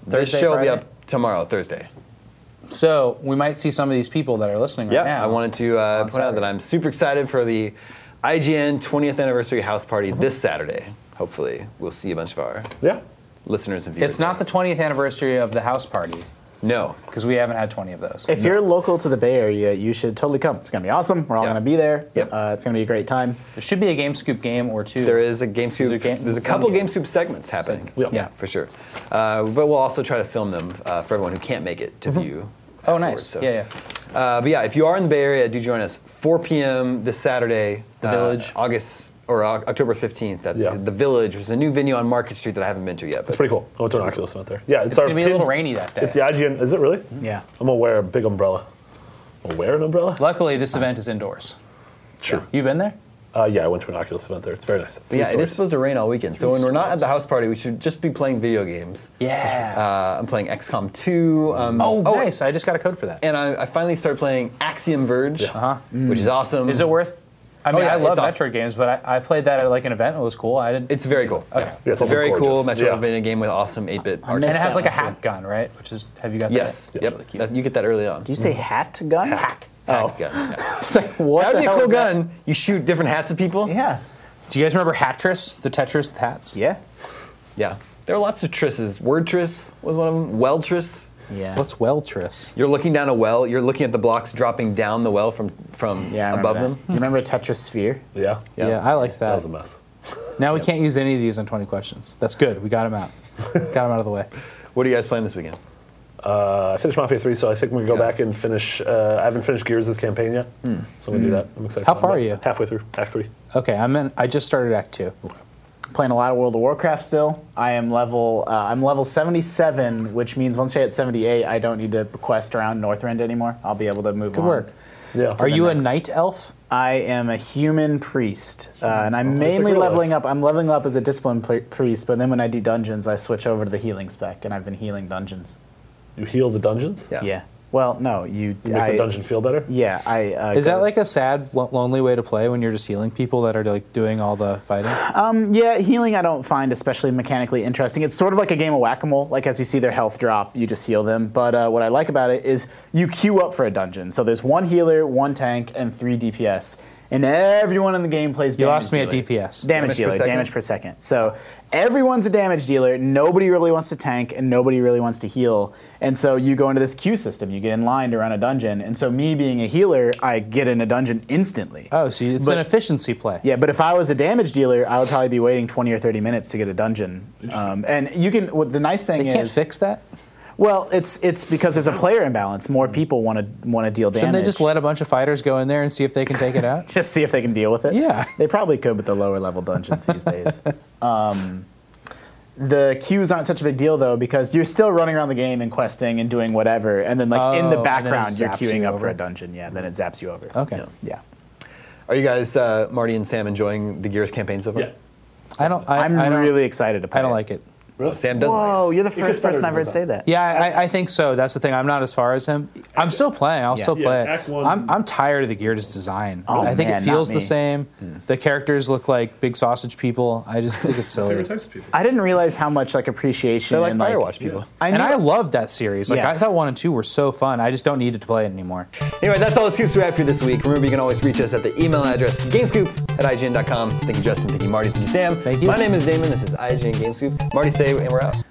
Speaker 4: This
Speaker 3: Thursday,
Speaker 4: show will be
Speaker 3: Friday?
Speaker 4: up tomorrow, Thursday.
Speaker 3: So we might see some of these people that are listening right
Speaker 4: Yeah,
Speaker 3: now.
Speaker 4: I wanted to uh, point out
Speaker 3: Saturday.
Speaker 4: that I'm super excited for the IGN 20th anniversary house party this Saturday. Hopefully, we'll see a bunch of our
Speaker 6: Yeah.
Speaker 4: listeners and viewers.
Speaker 3: It's not the 20th anniversary of the house party
Speaker 4: no.
Speaker 3: because we haven't had 20 of those.
Speaker 7: if you're local to the Bay Area, you should totally come. It's gonna be awesome. We're all
Speaker 4: Yeah.
Speaker 7: gonna be there.
Speaker 4: Yep.
Speaker 7: Uh, it's gonna be a great time.
Speaker 3: There should be a Game Scoop game or two.
Speaker 4: There is a game
Speaker 3: there
Speaker 4: scoop.
Speaker 3: game-
Speaker 4: There's a couple
Speaker 3: game-
Speaker 4: game scoop segments happening.
Speaker 6: Yeah.
Speaker 3: Yeah.
Speaker 4: for sure. Uh, but we'll also try to film them uh, for everyone who can't make it to view.
Speaker 3: Oh,
Speaker 4: afterwards,
Speaker 3: nice.
Speaker 4: so.
Speaker 3: Yeah, yeah.
Speaker 4: Uh, but yeah, if you are in the Bay Area, do join us 4 p.m. this Saturday, the
Speaker 3: Village.
Speaker 4: August or uh, October 15th at
Speaker 6: Yeah.
Speaker 4: the Village, which is a new venue on Market Street that I haven't been to yet.
Speaker 6: It's
Speaker 4: But
Speaker 6: pretty cool. I went to an Oculus event there. Yeah, it's,
Speaker 3: It's
Speaker 6: our
Speaker 3: gonna be a
Speaker 6: pin-
Speaker 3: little rainy that day.
Speaker 6: It's the IGN. Is it really?
Speaker 7: Yeah.
Speaker 6: I'm gonna wear a big umbrella. I'll wear an umbrella?
Speaker 3: Luckily, this event is indoors.
Speaker 6: Sure.
Speaker 3: You been there?
Speaker 6: Uh, yeah, I went to an Oculus event there. It's very nice.
Speaker 4: But
Speaker 6: Three
Speaker 4: yeah, it
Speaker 6: stories.
Speaker 4: is supposed to rain all weekend. So when we're not at the house party, we should just be playing video games.
Speaker 3: Yeah.
Speaker 4: Uh, I'm playing XCOM 2. Um,
Speaker 3: oh, nice. I just got a code for that. Is
Speaker 4: And I, I finally started playing Axiom Verge,
Speaker 3: Uh-huh.
Speaker 4: which is awesome.
Speaker 3: it worth? I mean,
Speaker 4: Oh, yeah,
Speaker 3: I love
Speaker 4: it's off-
Speaker 3: Metroid games, but I, I played that at like an event. It was cool. I did.
Speaker 4: It's very cool.
Speaker 3: Okay.
Speaker 6: Yeah,
Speaker 4: It's a very cool
Speaker 6: gorgeous. Yeah.
Speaker 4: Metroidvania game with awesome 8-bit art.
Speaker 3: and it
Speaker 7: missed
Speaker 3: has
Speaker 7: that
Speaker 3: like a
Speaker 7: one, too.
Speaker 3: hack gun, right? Which is have you got
Speaker 4: Yes.
Speaker 3: that?
Speaker 4: Yep.
Speaker 3: It's really cute.
Speaker 4: That- you get that early on.
Speaker 7: Do you say hat gun? Hack. Oh,
Speaker 4: Hack gun, yeah.
Speaker 7: It's like, what the
Speaker 4: Mm-hmm. That would be a
Speaker 7: hell
Speaker 4: cool
Speaker 7: is that?
Speaker 4: gun. You shoot different hats at people.
Speaker 7: Yeah.
Speaker 3: Do you guys remember Hatris, the Tetris with hats?
Speaker 7: Yeah.
Speaker 4: Yeah. There are lots of trisses. Word triss was one of them. Well triss.
Speaker 7: Yeah.
Speaker 3: What's Weltris?
Speaker 4: You're looking down a well. You're looking at the blocks dropping down the well from from
Speaker 7: yeah, I remember
Speaker 4: above
Speaker 7: that.
Speaker 4: them.
Speaker 7: You remember Tetris Sphere?
Speaker 6: Yeah.
Speaker 4: Yeah.
Speaker 3: Yeah, I liked
Speaker 6: That
Speaker 3: that.
Speaker 6: was a mess.
Speaker 3: Now we can't use any of these on 20 questions. That's good. We got them out. got them out of the way.
Speaker 4: What are you guys playing this weekend?
Speaker 6: Uh, I finished Mafia 3, so I think I'm going to go
Speaker 4: Yeah.
Speaker 6: back and finish. Uh, I haven't finished Gears' campaign yet, so I'm going to do that. I'm excited.
Speaker 3: Hmm. How
Speaker 6: for that.
Speaker 3: far are
Speaker 6: I'm
Speaker 3: you?
Speaker 6: about Halfway through, Act 3.
Speaker 3: Okay, I'm in. I just started Act Two.
Speaker 7: Playing a lot of World of Warcraft still. I am level. Uh, I'm level 77, which means once I hit 78, I don't need to quest around Northrend anymore. I'll be able to move
Speaker 3: Good
Speaker 7: on.
Speaker 3: work.
Speaker 6: Yeah.
Speaker 3: Are you a
Speaker 7: next.
Speaker 3: night elf?
Speaker 7: I am a human priest, uh, and I'm
Speaker 6: just like
Speaker 7: mainly
Speaker 6: real life.
Speaker 7: leveling up. I'm leveling up as a disciplined pri- priest, but then when I do dungeons, I switch over to the healing spec, and I've been healing dungeons.
Speaker 6: You heal the dungeons?
Speaker 4: Yeah.
Speaker 7: Yeah. Well, no, you.
Speaker 6: Oh. You make
Speaker 7: I-
Speaker 6: the dungeon feel better?
Speaker 7: Yeah, I. Uh,
Speaker 3: Is
Speaker 7: go-
Speaker 3: that like a sad, lo- lonely way to play when you're just healing people that are like doing all the fighting?
Speaker 7: Mm, Yeah, healing I don't find especially mechanically interesting. It's sort of like a game of whack a mole. Like, as you see their health drop, you just heal them. But uh, what I like about it is you queue up for a dungeon. So there's one healer, one tank, and three DPS. And everyone in the game plays
Speaker 3: You
Speaker 7: damage
Speaker 3: lost me at
Speaker 7: dealers.
Speaker 3: DPS.
Speaker 7: Damage,
Speaker 4: Damage per
Speaker 7: dealer,
Speaker 4: second?
Speaker 7: damage per second. So everyone's a damage dealer. Nobody really wants to tank, and nobody really wants to heal. And so you go into this queue system. You get in line to run a dungeon. And so, me being a healer, I get in a dungeon instantly.
Speaker 3: Oh, so it's an efficiency play.
Speaker 7: Yeah, but if I was a damage dealer, I would probably be waiting 20 or 30 minutes to get a dungeon. Um, and you can. What the nice thing
Speaker 3: they can't
Speaker 7: is,
Speaker 3: fix that.
Speaker 7: well, it's it's because there's a player imbalance. More
Speaker 6: Mm-hmm.
Speaker 7: people want to want to deal damage.
Speaker 3: Shouldn't they just let a bunch of fighters go in there and see if they can take it out?
Speaker 7: Just see if they can deal with it?
Speaker 3: Yeah.
Speaker 7: they probably could with the lower level dungeons these days. Um, the queues aren't such a big deal though because you're still running around the game and questing and doing whatever, and then like in
Speaker 3: Oh, and then
Speaker 7: the
Speaker 3: it
Speaker 7: background you're
Speaker 3: zaps
Speaker 7: queuing
Speaker 3: you
Speaker 7: up
Speaker 3: over.
Speaker 7: for a dungeon. Yeah, then it zaps you over.
Speaker 3: Okay.
Speaker 7: Yeah.
Speaker 4: Are you guys, uh, Marty and Sam, enjoying the Gears campaign so far?
Speaker 6: Yeah.
Speaker 3: I don't. I,
Speaker 7: I'm
Speaker 3: I don't,
Speaker 7: really excited to play.
Speaker 3: I don't
Speaker 7: it.
Speaker 3: like it.
Speaker 6: Really?
Speaker 4: Sam doesn't. like it.
Speaker 7: Whoa, you're the
Speaker 6: gets
Speaker 7: first
Speaker 6: better as
Speaker 7: person
Speaker 6: it
Speaker 7: I've heard
Speaker 6: goes
Speaker 7: say
Speaker 6: on.
Speaker 7: that.
Speaker 3: Yeah, I, I think so. That's the thing. I'm not as far as him. I'm still playing. I'll still
Speaker 7: Yeah,
Speaker 3: play
Speaker 6: Act
Speaker 3: it.
Speaker 6: One-
Speaker 3: I'm, I'm tired of the Geardas design.
Speaker 7: Oh,
Speaker 3: I think
Speaker 7: man,
Speaker 3: it
Speaker 7: not
Speaker 3: feels
Speaker 7: me. Hmm.
Speaker 3: the same. The characters look like big sausage people. I just think it's silly.
Speaker 6: Favorite types of people.
Speaker 7: I didn't realize how much like appreciation
Speaker 4: They're like
Speaker 7: and like
Speaker 4: Firewatch people.
Speaker 7: I
Speaker 3: and
Speaker 7: knew-
Speaker 3: I loved that series. Like
Speaker 7: Yeah.
Speaker 3: I thought one and two were so fun. I just don't need to play it anymore.
Speaker 4: Anyway, that's all the Scoops we have for you this week. Remember, you can always reach us at the email address gamescoop at IGN.com. Thank you, Justin. Thank you, Marty. Thank you, Sam.
Speaker 3: Thank you.
Speaker 4: My name is Damon. This is IGN Gamescoop. Marty Save, and we're out.